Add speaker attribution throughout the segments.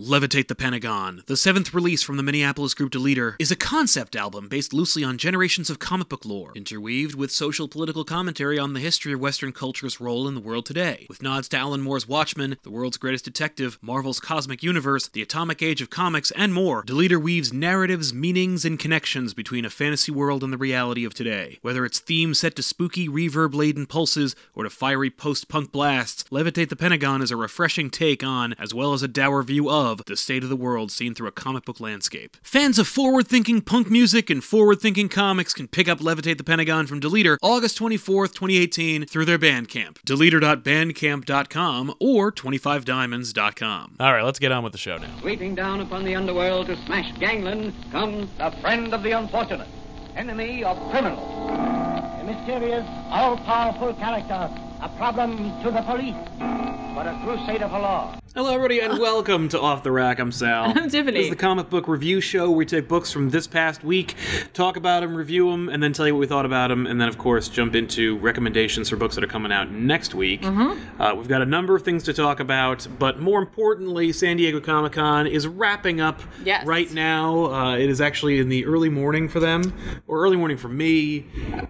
Speaker 1: Levitate the Pentagon, the seventh release from the Minneapolis group Deleter, is a concept album based loosely on generations of comic book lore, interweaved with social political commentary on the history of Western culture's role in the world today, with nods to Alan Moore's Watchmen, the world's greatest detective, Marvel's cosmic universe, the atomic age of comics, and more. Deleter weaves narratives, meanings, and connections between a fantasy world and the reality of today. Whether it's themes set to spooky, reverb laden pulses or to fiery post punk blasts, Levitate the Pentagon is a refreshing take on, as well as a dour view of, the state of the world seen through a comic book landscape. Fans of forward thinking punk music and forward thinking comics can pick up Levitate the Pentagon from Deleter August 24th, 2018 through their Bandcamp, deleter.bandcamp.com or 25diamonds.com.
Speaker 2: All right, let's get on with the show now.
Speaker 3: Sweeping down upon the underworld to smash gangland comes the friend of the unfortunate, enemy of criminals.
Speaker 4: A mysterious, all powerful character, a problem to the police, but a crusader for law.
Speaker 1: Hello, everybody, and welcome to Off the Rack. I'm Sal.
Speaker 5: I'm Tiffany.
Speaker 1: This is the comic book review show where we take books from this past week, talk about them, review them, and then tell you what we thought about them, and then, of course, jump into recommendations for books that are coming out next week.
Speaker 5: Mm-hmm.
Speaker 1: Uh, we've got a number of things to talk about, but more importantly, San Diego Comic Con is wrapping up
Speaker 5: Yes.
Speaker 1: right now. Uh, it is actually in the early morning for them, or early morning for me.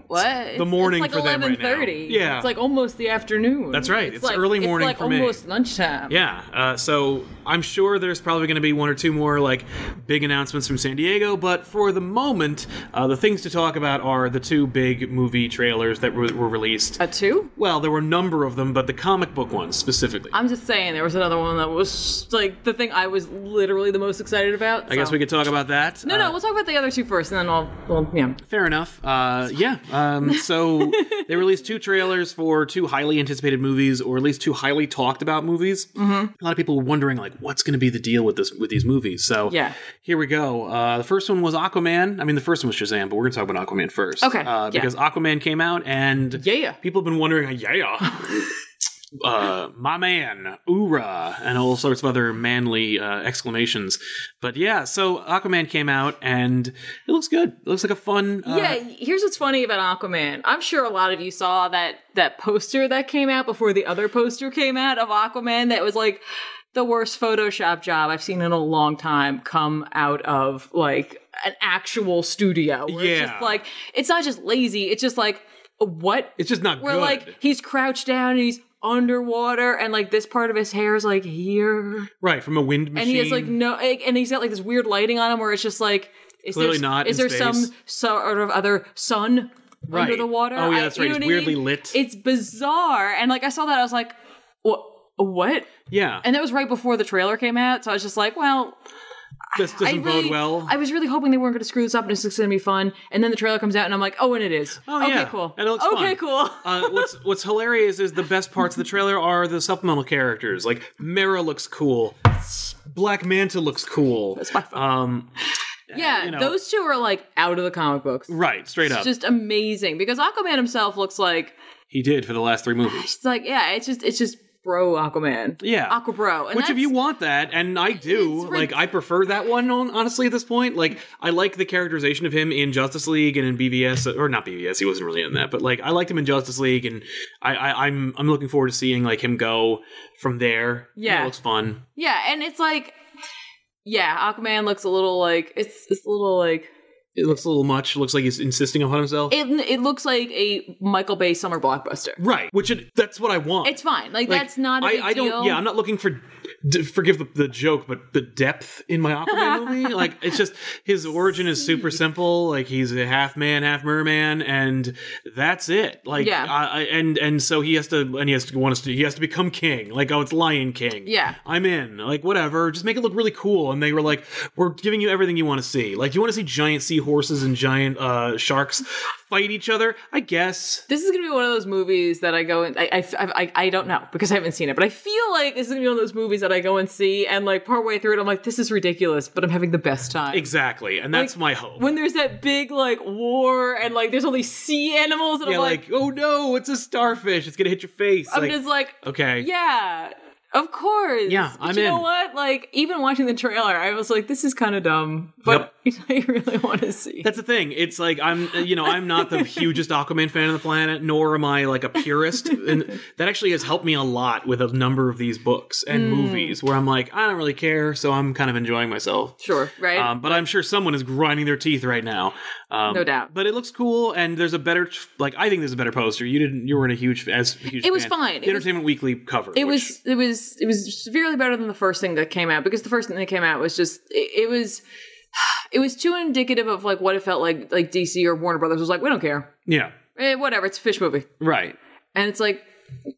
Speaker 5: What? It's-
Speaker 1: the morning
Speaker 5: it's
Speaker 1: for
Speaker 5: like
Speaker 1: them right now.
Speaker 5: 11:30.
Speaker 1: Yeah.
Speaker 5: It's like almost the afternoon.
Speaker 1: That's right. It's
Speaker 5: like,
Speaker 1: early morning
Speaker 5: It's like
Speaker 1: for me.
Speaker 5: almost lunchtime.
Speaker 1: Yeah, uh, so I'm sure there's probably going to be one or two more like big announcements from San Diego, but for the moment, uh, the things to talk about are the two big movie trailers that were, were released.
Speaker 5: At two?
Speaker 1: well, there were a number of them, but the comic book ones specifically.
Speaker 5: I'm just saying there was another one that was like the thing I was literally the most excited about.
Speaker 1: I guess we could talk about that.
Speaker 5: No,
Speaker 1: Uh,
Speaker 5: no, we'll talk about the other two first, and then I'll. Well, yeah.
Speaker 1: Fair enough. Uh, yeah. Um, so they released two trailers for two highly anticipated movies, or at least two highly talked about movies. Mm-hmm. A lot of people were wondering, like, what's going to be the deal with this with these movies? So
Speaker 5: Yeah.
Speaker 1: here we go. Uh, the first one was Aquaman. I mean, the first one was Shazam, but we're going to talk about Aquaman first,
Speaker 5: Okay,
Speaker 1: Uh,
Speaker 5: yeah.
Speaker 1: Because Aquaman came out, and
Speaker 5: Yeah.
Speaker 1: people have been wondering, yeah. Uh, my man, Ura, and all sorts of other manly uh, exclamations. But yeah, so Aquaman came out and it looks good. It looks like a fun. Uh,
Speaker 5: yeah, here's what's funny about Aquaman. I'm sure a lot of you saw that that poster that came out before the other poster came out of Aquaman that was like the worst Photoshop job I've seen in a long time come out of like an actual studio. Where It's
Speaker 1: Yeah.
Speaker 5: just like it's not just lazy, it's just like what
Speaker 1: It's just not
Speaker 5: where
Speaker 1: good.
Speaker 5: like he's crouched down and he's underwater and like this part of his hair is like here.
Speaker 1: right from a wind machine.
Speaker 5: and he has like no like, and he's got like this weird lighting on him where it's just like is
Speaker 1: Clearly
Speaker 5: there,
Speaker 1: not
Speaker 5: is
Speaker 1: in
Speaker 5: there some
Speaker 1: space.
Speaker 5: sort of other sun
Speaker 1: Right.
Speaker 5: under the water
Speaker 1: Oh, yeah,
Speaker 5: I-
Speaker 1: that's
Speaker 5: you
Speaker 1: right.
Speaker 5: know
Speaker 1: It's
Speaker 5: what I
Speaker 1: weirdly
Speaker 5: mean?
Speaker 1: lit.
Speaker 5: it's bizarre and like i saw that i was like what what
Speaker 1: yeah,
Speaker 5: and that was right before the trailer came out so i was just like well
Speaker 1: this
Speaker 5: I
Speaker 1: doesn't
Speaker 5: really,
Speaker 1: bode well.
Speaker 5: I was really hoping they weren't going to screw this up and it's just going to be fun. And then the trailer comes out and I'm like, oh, and it is.
Speaker 1: Oh,
Speaker 5: okay,
Speaker 1: yeah.
Speaker 5: cool.
Speaker 1: And it looks
Speaker 5: okay,
Speaker 1: fun.
Speaker 5: cool.
Speaker 1: uh, what's what's hilarious is the best parts of the trailer are the supplemental characters. Like Mera looks cool, Black Manta looks cool. Um,
Speaker 5: yeah,
Speaker 1: know.
Speaker 5: those two are like out of the comic books.
Speaker 1: right, straight up,
Speaker 5: It's just amazing because Aquaman himself looks like
Speaker 1: he did for the last three movies.
Speaker 5: It's like, yeah, it's just it's just bro Aquaman.
Speaker 1: Yeah,
Speaker 5: Aqua bro. And
Speaker 1: Which of
Speaker 5: that's-
Speaker 1: you want that? And I do.
Speaker 5: It's
Speaker 1: Like
Speaker 5: rid-
Speaker 1: I prefer that one on, honestly at this point. Like I like the characterization of him in Justice League and in BVS or not BVS, he wasn't really in that, but like I liked him in Justice League and I, I I'm I'm looking forward to seeing like him go from there.
Speaker 5: Yeah.
Speaker 1: It looks fun.
Speaker 5: Yeah, and it's like yeah, Aquaman looks a little like it's it's a little like
Speaker 1: It looks a little much. It looks like he's insisting upon himself.
Speaker 5: it it looks like a Michael Bay summer blockbuster.
Speaker 1: right. Which it, that's what I want.
Speaker 5: It's fine. Like,
Speaker 1: Like,
Speaker 5: that's not a
Speaker 1: I-
Speaker 5: big
Speaker 1: I don't.
Speaker 5: deal.
Speaker 1: Yeah, I'm not looking for. D- forgive the, the joke, but the depth in my Aquaman movie, like it's just his origin is super simple. Like he's a half man, half merman, and that's it. Like
Speaker 5: Yeah.
Speaker 1: I, I- and and so he has to, and he has to want us to. He has to become king. Like oh, it's Lion King.
Speaker 5: Yeah.
Speaker 1: I'm in. Like whatever, just make it look really cool. And they were like, we're giving you everything you want to see. Like you want to see giant seahorses and giant uh, sharks fight each other. I guess.
Speaker 5: This is gonna be one of those movies that I go and I, I, I, I don't know because I haven't seen it, but I feel like this is gonna be one of those movies that I go and see and like partway through it I'm like this is ridiculous, but I'm having the best time.
Speaker 1: Exactly, and that's my hope.
Speaker 5: When there's that big like war and like there's all these sea animals and
Speaker 1: Yeah,
Speaker 5: I'm like,
Speaker 1: like, oh no, it's a starfish. It's gonna hit your face.
Speaker 5: I'm
Speaker 1: like,
Speaker 5: just like
Speaker 1: okay,
Speaker 5: Yeah. Of course.
Speaker 1: Yeah,
Speaker 5: But
Speaker 1: I'm
Speaker 5: you know
Speaker 1: in.
Speaker 5: what? Like, even watching the trailer, I was like, this is kind of dumb, but I really want to see.
Speaker 1: That's the thing. It's like I'm, you know, I'm not the hugest Aquaman fan on the planet, nor am I like a purist, and that actually has helped me a lot with a number of these books and
Speaker 5: Mm.
Speaker 1: movies where I'm like, I don't really care, so I'm kind of enjoying myself.
Speaker 5: sure, right?
Speaker 1: Um, but I'm sure someone is grinding their teeth right now. Um,
Speaker 5: No doubt.
Speaker 1: But it looks cool, and there's a better, like I think there's a better poster. You didn't, you weren't a huge as huge.
Speaker 5: It was
Speaker 1: fan.
Speaker 5: fine.
Speaker 1: The
Speaker 5: It was-
Speaker 1: Entertainment Weekly cover.
Speaker 5: it
Speaker 1: which-
Speaker 5: was it was it was severely better than the first thing that came out because the first thing that came out was just it, it was it was too indicative of like what it felt like like DC or Warner Brothers was like we don't care
Speaker 1: yeah,
Speaker 5: Eh, whatever it's a fish movie
Speaker 1: right.
Speaker 5: and it's like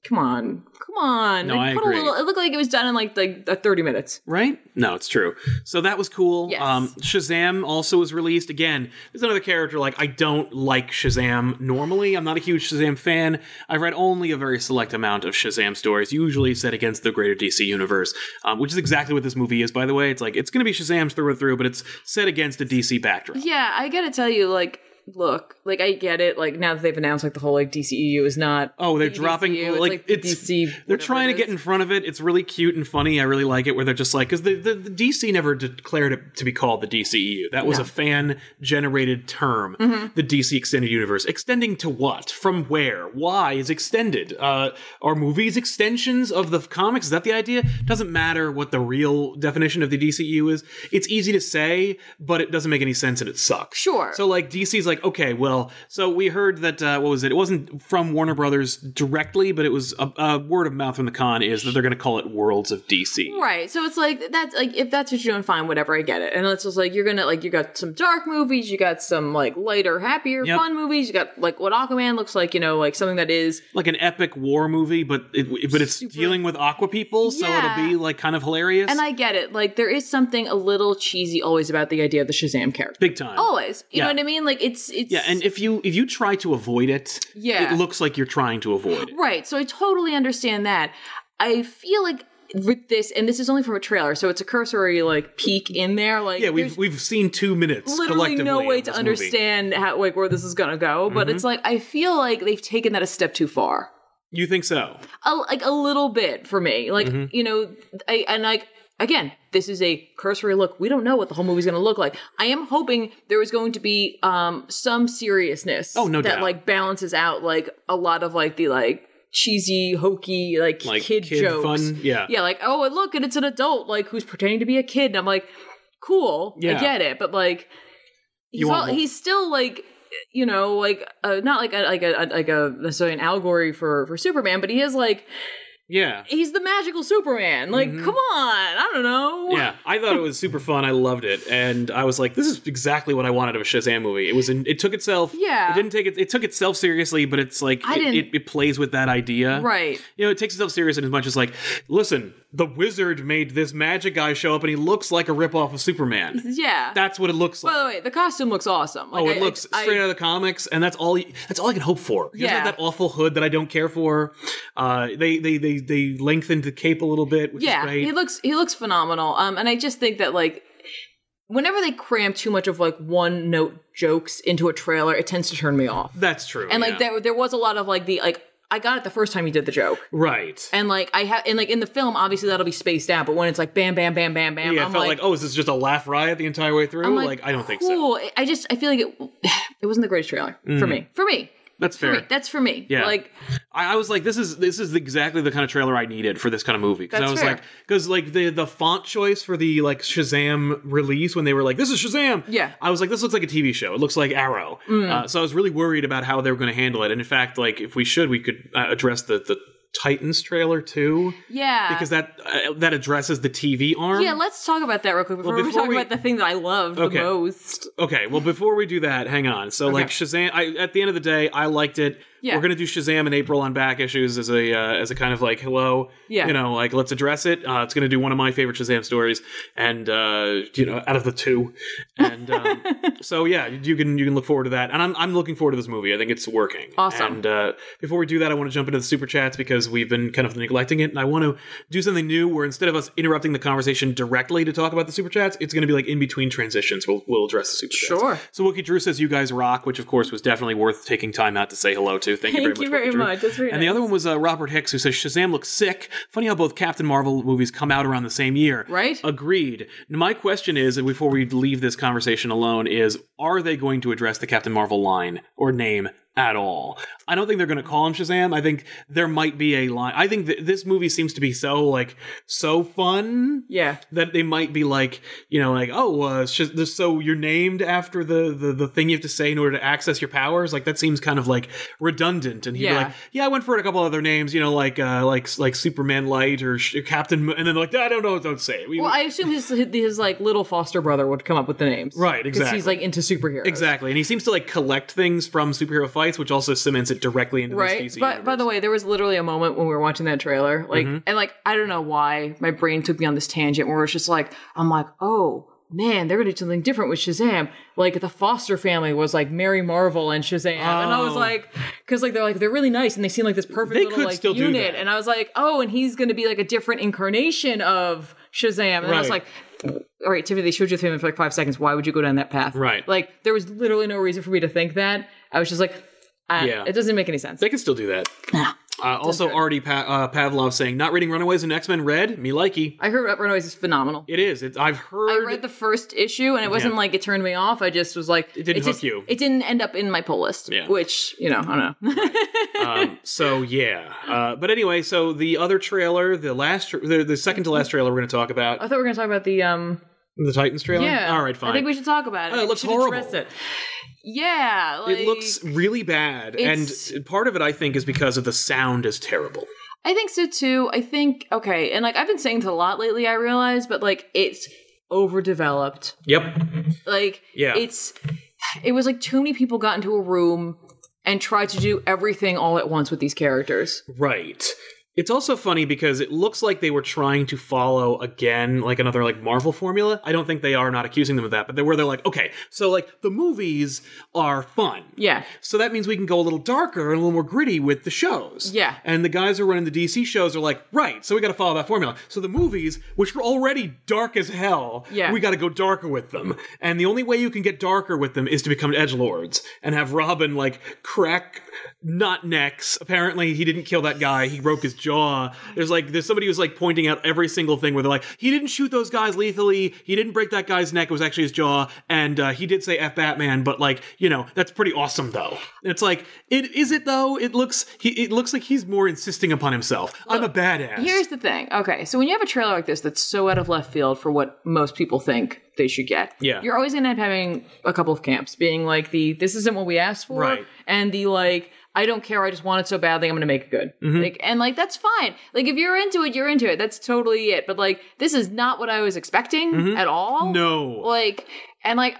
Speaker 5: come on come on
Speaker 1: No,
Speaker 5: Like,
Speaker 1: I
Speaker 5: put
Speaker 1: agree.
Speaker 5: a little it looked like it was done in like like uh, 30 minutes
Speaker 1: right? No, it's true. So that was cool.
Speaker 5: Yes.
Speaker 1: Um, Shazam also was released. Again, there's another character like I don't like Shazam normally. I'm not a huge Shazam fan. I've read only a very select amount of Shazam stories, usually set against the greater DC universe, um, which is exactly what this movie is. By the way, it's like it's going to be Shazam's through and through, but it's set against a DC backdrop.
Speaker 5: yeah I gotta tell you like look like I get it like now that they've announced like the whole like DCEU is not
Speaker 1: Oh, they're
Speaker 5: DCU,
Speaker 1: dropping
Speaker 5: it's
Speaker 1: like,
Speaker 5: like the
Speaker 1: it's
Speaker 5: DC
Speaker 1: they're
Speaker 5: whatever
Speaker 1: trying
Speaker 5: it
Speaker 1: to get
Speaker 5: is.
Speaker 1: in front of it. It's really cute and funny. I really like it where they're just like because the, the the DC never declared it to be called the DCEU. That was
Speaker 5: No. Mm-hmm.
Speaker 1: a fan generated term. The DC Extended Universe, extending to what? From where? Why is extended? Uh, are movies extensions of the comics? Is that the idea? Doesn't matter what the real definition of the DCEU is. It's easy to say, but it doesn't make any sense and it sucks.
Speaker 5: Sure.
Speaker 1: So like DC's like, okay, well, so we heard that uh, what was it? It wasn't from Warner Brothers directly, but it was a, a word of mouth from the con is that they're going to call it Worlds of DC.
Speaker 5: Right. So it's like that's like if that's what you're doing, fine, whatever, I get it. And it's just like you're gonna like you got some dark movies, you got some like lighter, happier,
Speaker 1: Yep.
Speaker 5: fun movies, you got like what Aquaman looks like, you know, like something that is
Speaker 1: Like an epic war movie, but it, but it's
Speaker 5: Super-
Speaker 1: dealing with aqua people, so it'll
Speaker 5: Yeah.
Speaker 1: be like kind of hilarious.
Speaker 5: and I get it. Like there is something a little cheesy always about the idea of the Shazam character.
Speaker 1: big time.
Speaker 5: Always. You
Speaker 1: Yeah.
Speaker 5: know what I mean? Like it's it's
Speaker 1: yeah, and if you if you try to avoid it,
Speaker 5: Yeah.
Speaker 1: it looks like you're trying to avoid it.
Speaker 5: Right. So I totally understand that. I feel like with this, and this is only from a trailer, so it's a cursory like peek in there. Like
Speaker 1: Yeah,
Speaker 5: there's-
Speaker 1: we've we've seen two minutes.
Speaker 5: literally
Speaker 1: collectively
Speaker 5: no way
Speaker 1: of
Speaker 5: to
Speaker 1: this movie. Mm-hmm.
Speaker 5: understand how like where this is gonna go. But it's like I feel like they've taken that a step too far,
Speaker 1: You think so?
Speaker 5: a, like a little bit for me. Like
Speaker 1: Mm-hmm.
Speaker 5: you know, I and like again, this is a cursory look. We don't know what the whole movie's gonna look like. I am hoping there is going to be um some seriousness.
Speaker 1: Oh, no
Speaker 5: that
Speaker 1: doubt.
Speaker 5: like balances out like a lot of like the like cheesy hokey like,
Speaker 1: Like
Speaker 5: kid, jokes
Speaker 1: fun? Yeah.
Speaker 5: yeah, like, oh, and look, and it's an adult, like, who's pretending to be a kid. And I'm like, cool,
Speaker 1: Yeah.
Speaker 5: I get it. But, like, he's,
Speaker 1: You want
Speaker 5: all,
Speaker 1: more.
Speaker 5: he's still, like, you know, like, uh, not like a, like a, like a, necessarily an allegory for, for Superman, but he is, like,
Speaker 1: Yeah.
Speaker 5: he's the magical Superman. Like, come on, I don't know.
Speaker 1: Mm-hmm. Yeah, I thought it was super fun. I loved it, and I was like, "This is exactly what I wanted of a Shazam movie." It was, in, it took itself.
Speaker 5: Yeah.
Speaker 1: it didn't take it. It took itself seriously, but it's like
Speaker 5: I
Speaker 1: it,
Speaker 5: didn't-
Speaker 1: It, it plays with that idea,
Speaker 5: Right.
Speaker 1: You know, it takes itself serious in as much as like, listen, the wizard made this magic guy show up, and he looks like a ripoff of Superman.
Speaker 5: Yeah.
Speaker 1: That's what it looks like.
Speaker 5: By the way, the costume looks awesome. Like,
Speaker 1: Oh,
Speaker 5: I-
Speaker 1: it looks
Speaker 5: I-
Speaker 1: straight out of the comics, and that's all. That's all I can hope for. He doesn't have
Speaker 5: Yeah.
Speaker 1: that awful hood that I don't care for. Uh, they they they they lengthened the cape a little bit, which
Speaker 5: yeah
Speaker 1: is great.
Speaker 5: he looks he looks phenomenal um and i just think that like whenever they cram too much of like one note jokes into a trailer it tends to turn me off
Speaker 1: that's true.
Speaker 5: and
Speaker 1: yeah.
Speaker 5: like there there was a lot of like the like i got it the first time you did the joke
Speaker 1: right.
Speaker 5: and like i have and like in the film obviously that'll be spaced out but when it's like bam bam bam bam bam
Speaker 1: Yeah,
Speaker 5: i'm
Speaker 1: it felt like,
Speaker 5: like,
Speaker 1: oh, is this just a laugh riot the entire way through?
Speaker 5: I'm
Speaker 1: Like, I don't think so.
Speaker 5: cool. I just I feel like it it wasn't the greatest trailer for me. For me.
Speaker 1: That's
Speaker 5: For
Speaker 1: fair.
Speaker 5: me. That's for me.
Speaker 1: Yeah.
Speaker 5: Like
Speaker 1: I, I was like, this is this is exactly the kind of trailer I needed for this kind of movie because I
Speaker 5: That's
Speaker 1: was
Speaker 5: fair.
Speaker 1: like, because like the the font choice for the like Shazam release when they were like, this is Shazam.
Speaker 5: Yeah. Mm.
Speaker 1: I was like, this looks like a TV show. It looks like Arrow. Uh, so I was really worried about how they were going to handle it. And in fact, like if we should, we could uh, address the the Titans trailer too
Speaker 5: yeah.
Speaker 1: because that uh, that addresses the TV arm.
Speaker 5: yeah, let's talk about that real quick before,
Speaker 1: before
Speaker 5: we talk
Speaker 1: we-
Speaker 5: about the thing that I love
Speaker 1: Okay.
Speaker 5: the most.
Speaker 1: Okay, well, before we do that, hang on. So, like Shazam, I, at the end of the day, I liked it.
Speaker 5: Yeah.
Speaker 1: We're gonna do Shazam in April on back issues as a uh, as a kind of like hello,
Speaker 5: Yeah.
Speaker 1: you know, like let's address it. Uh, it's gonna do one of my favorite Shazam stories, and uh, you know, out of the two, and um, so yeah, you can you can look forward to that, and I'm I'm looking forward to this movie. I think it's working.
Speaker 5: Awesome.
Speaker 1: And uh, before we do that, I want to jump into the super chats because we've been kind of neglecting it, and I want to do something new where instead of us interrupting the conversation directly to talk about the super chats, it's going to be like in between transitions. We'll we'll address the super chats.
Speaker 5: Sure.
Speaker 1: So Wookie Drew says you guys rock, which of course was definitely worth taking time out to say hello to. too. Thank,
Speaker 5: Thank
Speaker 1: you
Speaker 5: you
Speaker 1: very much. Robert
Speaker 5: very
Speaker 1: Drew.
Speaker 5: much. That's very
Speaker 1: and the
Speaker 5: nice.
Speaker 1: other one was uh, Robert Hicks, who says Shazam looks sick. Funny how both Captain Marvel movies come out around the same year.
Speaker 5: Right?
Speaker 1: Agreed. Now, My question is, and before we leave this conversation alone, is are they going to address the Captain Marvel line or name at all? I don't think they're going to call him Shazam. I think there might be a line. I think th- this movie seems to be so like so fun
Speaker 5: Yeah.
Speaker 1: that they might be like, you know, like, oh, uh, sh- so you're named after the, the the thing you have to say in order to access your powers. Like that seems kind of like redundant. And he'd be
Speaker 5: Yeah.
Speaker 1: like, yeah, I went for a couple other names, you know, like uh, like like Superman Light or Sh- Captain. Mo- And then they're like, I don't know, don't say it. We,
Speaker 5: Well, I assume his his like little foster brother would come up with the names,
Speaker 1: Right,
Speaker 5: Because he's like into superheroes,
Speaker 1: exactly. And he seems to like collect things from superhero fights, which also cements it directly into
Speaker 5: Right.
Speaker 1: this DC.
Speaker 5: But by the
Speaker 1: universe. Mm-hmm.
Speaker 5: way, there was literally a moment when we were watching that trailer, like, and like I don't know why my brain took me on this tangent where it's just like I'm like, oh man, they're gonna do something different with Shazam. Like the Foster family was like Mary Marvel and Shazam, and I was
Speaker 1: Oh.
Speaker 5: like, because like they're like they're really nice and they seem like this perfect
Speaker 1: They
Speaker 5: little
Speaker 1: could
Speaker 5: like
Speaker 1: still do
Speaker 5: unit,
Speaker 1: that.
Speaker 5: and I was like, oh, and he's gonna be like a different incarnation of Shazam, and I was
Speaker 1: Right.
Speaker 5: like. all right, Tiffany, they showed you the family for like five seconds. Why would you go down that path?
Speaker 1: Right.
Speaker 5: Like, there was literally no reason for me to think that. I was just like, I,
Speaker 1: Yeah.
Speaker 5: it doesn't make any sense.
Speaker 1: they can still do that. Uh, also, Artie pa- uh, Pavlov saying, not reading Runaways and X Men Red, me likey.
Speaker 5: I heard Upper Noise is phenomenal.
Speaker 1: It is. It's, I've heard.
Speaker 5: I read the first issue and it wasn't
Speaker 1: Yeah.
Speaker 5: like it turned me off. I just was like, it
Speaker 1: didn't
Speaker 5: just,
Speaker 1: hook you.
Speaker 5: It didn't end up in my pull list,
Speaker 1: Yeah.
Speaker 5: which you know, I don't know.
Speaker 1: um, so yeah, uh, but anyway, so the other trailer, the last, tr the, the second to
Speaker 5: Mm-hmm.
Speaker 1: last trailer we're going to talk
Speaker 5: I
Speaker 1: about,
Speaker 5: thought we were gonna talk about the um.
Speaker 1: the Titans trailer.
Speaker 5: Uh, Yeah,
Speaker 1: all right, fine.
Speaker 5: I think we should talk about it.
Speaker 1: Oh, it
Speaker 5: We
Speaker 1: looks
Speaker 5: should address
Speaker 1: horrible.
Speaker 5: It. Yeah, like,
Speaker 1: it looks really bad,
Speaker 5: It's-
Speaker 1: and part of it I think is because of the sound is terrible.
Speaker 5: I think so too. I think okay, and like I've been saying this a lot lately. I realize, but like it's overdeveloped.
Speaker 1: Yep.
Speaker 5: Like
Speaker 1: Yeah.
Speaker 5: it's it was like too many people got into a room and tried to do everything all at once with these characters.
Speaker 1: Right. It's also funny because it looks like they were trying to follow again like another like Marvel formula. I don't think they are not accusing them of that, but they where they're like, okay, so like the movies are fun.
Speaker 5: Yeah.
Speaker 1: So that means we can go a little darker and a little more gritty with the shows.
Speaker 5: Yeah.
Speaker 1: And the guys who are running the DC shows are like, right, so we got to follow that formula. So the movies, which were already dark as hell,
Speaker 5: Yeah.
Speaker 1: we got to go darker with them. And the only way you can get darker with them is to become edge lords and have Robin like crack not necks. Apparently, he didn't kill that guy. He broke his jaw. There's like there's somebody who's like pointing out every single thing where they're like, he didn't shoot those guys lethally. He didn't break that guy's neck. It was actually his jaw. And uh, he did say F Batman, but like you know that's pretty awesome though. And it's like it is it though. It looks he it looks like he's more insisting upon himself. I'm a badass.
Speaker 5: Here's the thing. Okay, so when you have a trailer like this that's so out of left field for what most people think they should get,
Speaker 1: Yeah.
Speaker 5: you're always gonna end up having a couple of camps, being like the this isn't what we asked for,
Speaker 1: Right.
Speaker 5: and the like I don't care, I just want it so badly, I'm gonna make it good.
Speaker 1: Mm-hmm.
Speaker 5: Like and like that's fine. Like if you're into it, you're into it. That's totally it. But like this is not what I was expecting at all.
Speaker 1: Mm-hmm. no
Speaker 5: Like and like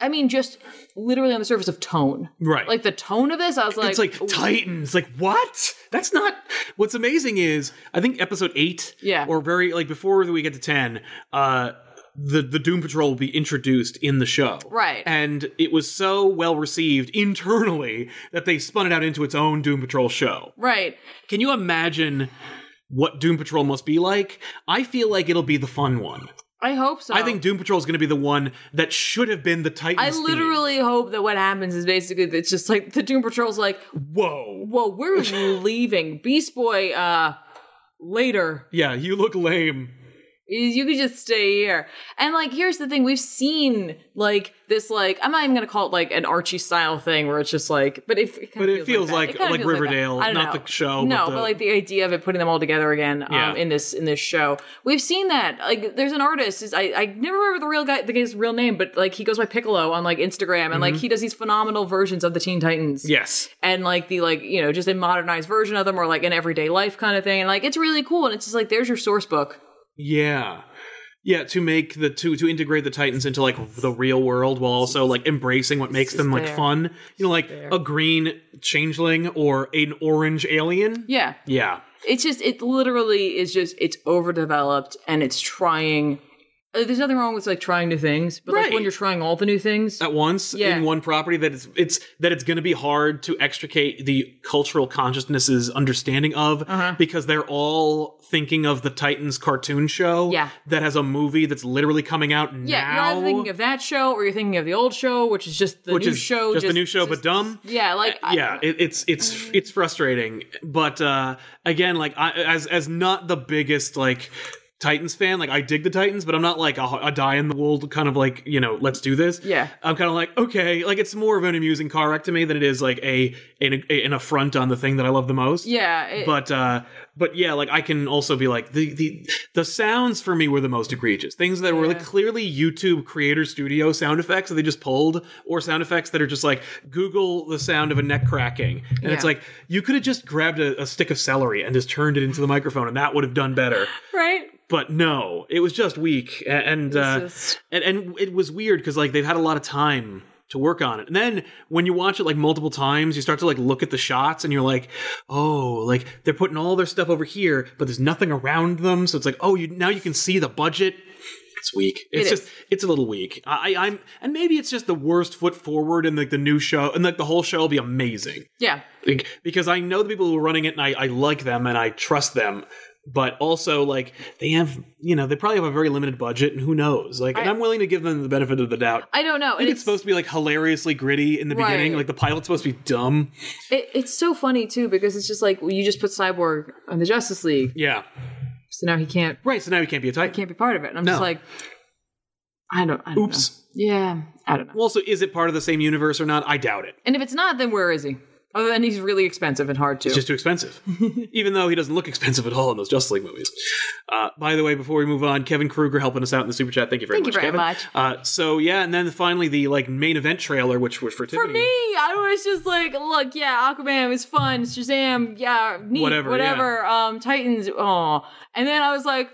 Speaker 5: I mean just literally on the surface of tone.
Speaker 1: right
Speaker 5: Like the tone of this, I was like,
Speaker 1: it's like Titans. Like what? That's not. What's amazing is I think episode eight,
Speaker 5: Yeah.
Speaker 1: or very like before we get to ten, uh, the the Doom Patrol will be introduced in the show,
Speaker 5: Right.
Speaker 1: And it was so well received internally that they spun it out into its own Doom Patrol show.
Speaker 5: right.
Speaker 1: Can you imagine? What Doom Patrol must be like? I feel like it'll be the fun one.
Speaker 5: I hope so.
Speaker 1: I think Doom Patrol is going to be the one that should have been the Titans.
Speaker 5: Oh. I
Speaker 1: theme.
Speaker 5: literally hope that what happens is basically that it's just like the Doom Patrol's like,
Speaker 1: whoa,
Speaker 5: whoa, we're leaving. Beast Boy, uh, later.
Speaker 1: yeah, you look lame.
Speaker 5: You could just stay here. And like, here's the thing we've seen like this, like, I'm not even going to call it like an Archie style thing where it's just like, but if it,
Speaker 1: But
Speaker 5: kinda
Speaker 1: it feels like
Speaker 5: that. It kinda
Speaker 1: like
Speaker 5: feels that.
Speaker 1: Riverdale,
Speaker 5: I don't
Speaker 1: not
Speaker 5: know.
Speaker 1: the show.
Speaker 5: No,
Speaker 1: but,
Speaker 5: but,
Speaker 1: the,
Speaker 5: like the idea of it putting them all together again um,
Speaker 1: Yeah.
Speaker 5: in this in this show, we've seen that. Like, there's an artist. is- I I never remember the real guy, the guy's real name, but like he goes by Piccolo on like Instagram, and
Speaker 1: Mm-hmm.
Speaker 5: like he does these phenomenal versions of the Teen Titans.
Speaker 1: yes,
Speaker 5: And like the like you know just a modernized version of them or like an everyday life kind of thing, and like it's really cool. And it's just like there's your source book.
Speaker 1: yeah, yeah. To make the to to integrate the Titans into like the real world while also like embracing what makes them like
Speaker 5: there.
Speaker 1: fun. You know, like a green changeling or an orange alien.
Speaker 5: Yeah,
Speaker 1: Yeah,
Speaker 5: it's just it literally is just it's overdeveloped and it's trying uh, there's nothing wrong with like trying new things, but like
Speaker 1: Right. Oh,
Speaker 5: when you're trying all the new things,
Speaker 1: at once
Speaker 5: Yeah.
Speaker 1: in one property that it's it's that it's going to be hard to extricate the cultural consciousness's understanding of
Speaker 5: Uh-huh.
Speaker 1: because they're all thinking of the Titans cartoon show
Speaker 5: Yeah.
Speaker 1: that has a movie that's literally coming out
Speaker 5: yeah,
Speaker 1: now.
Speaker 5: you're either thinking of that show or you're thinking of the old show, which is just the
Speaker 1: which
Speaker 5: new
Speaker 1: is
Speaker 5: show,
Speaker 1: just, the new show, but
Speaker 5: just-
Speaker 1: dumb. Uh,
Speaker 5: Yeah, like I- Mm.
Speaker 1: yeah, it, it's it's it's frustrating, but uh, again, like I, as as not the biggest like Titans fan, like I dig the Titans, but I'm not like a, a die in the wool kind of like you know let's do this.
Speaker 5: Yeah.
Speaker 1: I'm kind of like okay, like it's more of an amusing car wreck to me than it is like a an, a, an affront on the thing that I love the most.
Speaker 5: yeah, it-
Speaker 1: But uh, but yeah, like I can also be like the the the sounds for me were the most egregious. Things that were like clearly YouTube Creator Studio sound effects that they just pulled, or sound effects that are just like Google the sound of a neck cracking, and it's
Speaker 5: Yeah.
Speaker 1: like you could have just grabbed a, a stick of celery and just turned it into the microphone, and that would have done better.
Speaker 5: right.
Speaker 1: But no, it was just weak, a- and uh,
Speaker 5: This is-
Speaker 1: and, and it was weird because like they've had a lot of time to work on it and then when you watch it like multiple times you start to like look at the shots and you're like oh like they're putting all their stuff over here but there's nothing around them so it's like oh you now you can see the budget it's weak it's
Speaker 5: It
Speaker 1: just
Speaker 5: is.
Speaker 1: it's a little weak I, I i'm and maybe it's just the worst foot forward and like the new show and like the whole show will be amazing
Speaker 5: yeah,
Speaker 1: like, because I know the people who are running it and I, I like them and I trust them. But also, like, they have, you know, they probably have a very limited budget and who knows? Like, and
Speaker 5: I-
Speaker 1: I'm willing to give them the benefit of the doubt.
Speaker 5: I don't know.
Speaker 1: I think it's, supposed to be, like, hilariously gritty in the
Speaker 5: Right.
Speaker 1: beginning. Like, the pilot's supposed to be dumb.
Speaker 5: It, it's so funny too because it's just like well, you just put Cyborg on the Justice League,
Speaker 1: Yeah.
Speaker 5: so now he can't
Speaker 1: Right. So now you can't be a Titan.
Speaker 5: can't be part of it. And I'm
Speaker 1: No.
Speaker 5: just like, I don't. I don't
Speaker 1: Oops.
Speaker 5: know. Yeah, I don't know.
Speaker 1: Well, so is it part of the same universe or not? I doubt it.
Speaker 5: And if it's not, then where is he? Other than he's really expensive and hard to.
Speaker 1: It's just too expensive. Even though he doesn't look expensive at all in those Justice League movies. Uh, by the way, before we move on, Kevin Kruger helping us out in the super chat. Thank you very
Speaker 5: Thank you
Speaker 1: much.
Speaker 5: very
Speaker 1: Kevin.
Speaker 5: much.
Speaker 1: Uh, so yeah, and then finally the like main event trailer, which was for
Speaker 5: for
Speaker 1: Tiffany.
Speaker 5: me, I was just like, look, yeah, Aquaman was fun, Shazam, yeah, neat,
Speaker 1: Whatever,
Speaker 5: whatever, um, Titans, oh, and then I was like,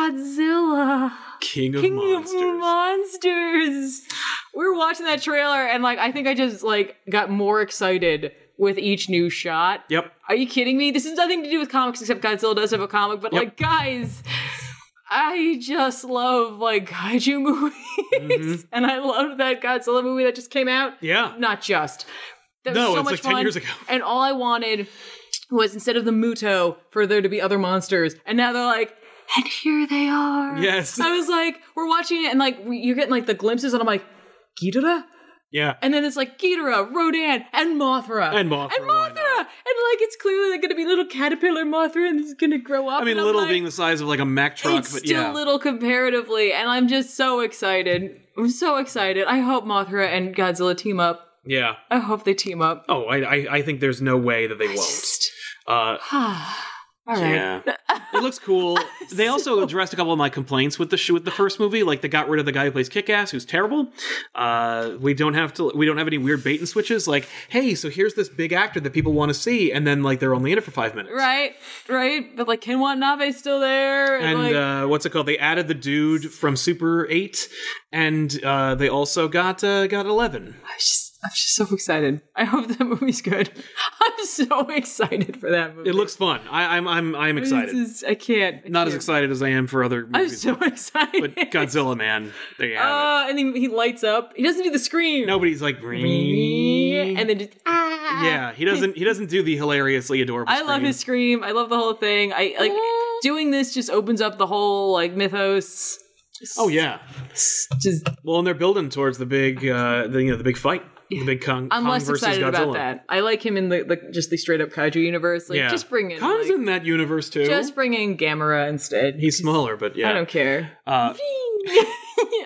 Speaker 5: Godzilla,
Speaker 1: King of
Speaker 5: King
Speaker 1: Monsters.
Speaker 5: of Monsters. We were watching that trailer, and like, I think I just like got more excited with each new shot.
Speaker 1: yep.
Speaker 5: Are you kidding me? This has nothing to do with comics except Godzilla does have a comic, but
Speaker 1: Yep.
Speaker 5: like guys, I just love like kaiju movies.
Speaker 1: Mm-hmm.
Speaker 5: and I love that Godzilla movie that just came out.
Speaker 1: Yeah.
Speaker 5: Not just. That was
Speaker 1: No,
Speaker 5: so
Speaker 1: it's
Speaker 5: much
Speaker 1: like 10
Speaker 5: fun.
Speaker 1: years ago.
Speaker 5: And all I wanted was instead of the Muto for there to be other monsters. And now they're like, and here they are.
Speaker 1: Yes.
Speaker 5: I was like, we're watching it and like we- you're getting like the glimpses and I'm like, Ghidorah?
Speaker 1: Yeah.
Speaker 5: And then it's like Ghidorah, Rodan, and Mothra.
Speaker 1: And Mothra,
Speaker 5: And
Speaker 1: why
Speaker 5: Mothra. And like it's clearly they're gonna be little caterpillar Mothra and it's gonna grow up.
Speaker 1: I mean,
Speaker 5: and I'm
Speaker 1: little
Speaker 5: like,
Speaker 1: being the size of like a Mack truck,
Speaker 5: it's
Speaker 1: but
Speaker 5: still
Speaker 1: yeah.
Speaker 5: little comparatively, and I'm just so excited. I'm so excited. I hope Mothra and Godzilla team up.
Speaker 1: yeah.
Speaker 5: I hope they team up.
Speaker 1: Oh, I, I I think there's no way that they won't.
Speaker 5: Just-
Speaker 1: Uh,
Speaker 5: all right.
Speaker 1: Yeah, it looks cool. They also addressed a couple of my complaints with the sh- with the first movie. Like they got rid of the guy who plays Kick-Ass, who's terrible. Uh, we don't have to. We don't have any weird bait and switches. Like, hey, so here's this big actor that people want to see, and then like they're only in it for five minutes.
Speaker 5: Right, right. But like Ken Watanabe's still there. And,
Speaker 1: And
Speaker 5: like,
Speaker 1: uh, what's it called? They added the dude from Super Eight, and uh, they also got uh, got Eleven.
Speaker 5: I'm just, I'm just so excited. I hope that movie's good. I'm so excited for that movie.
Speaker 1: It looks fun. I, I'm I'm I'm
Speaker 5: This
Speaker 1: excited.
Speaker 5: is, I can't. I
Speaker 1: Not as
Speaker 5: can't.
Speaker 1: excited as I am for other
Speaker 5: I'm
Speaker 1: movies.
Speaker 5: so excited.
Speaker 1: but Godzilla, man, there you have
Speaker 5: Uh, and then he lights up. He doesn't do the scream.
Speaker 1: it. Nobody's like.
Speaker 5: And then just ah.
Speaker 1: Yeah, he doesn't. He doesn't do the hilariously adorable.
Speaker 5: I love
Speaker 1: scream.
Speaker 5: his scream. I love the whole thing. I like doing this just opens up the whole like mythos.
Speaker 1: Oh yeah.
Speaker 5: Just
Speaker 1: Well, and they're building towards the big, uh, the, you know, the big fight, the big Kong,
Speaker 5: I'm
Speaker 1: Kong
Speaker 5: less
Speaker 1: versus
Speaker 5: excited
Speaker 1: Godzilla.
Speaker 5: about that. I like him in the, the just the straight up kaiju universe. Like
Speaker 1: yeah,
Speaker 5: just bring in
Speaker 1: Kong's
Speaker 5: like,
Speaker 1: in that universe too.
Speaker 5: just bring in Gamera instead.
Speaker 1: He's smaller, but yeah.
Speaker 5: I don't care.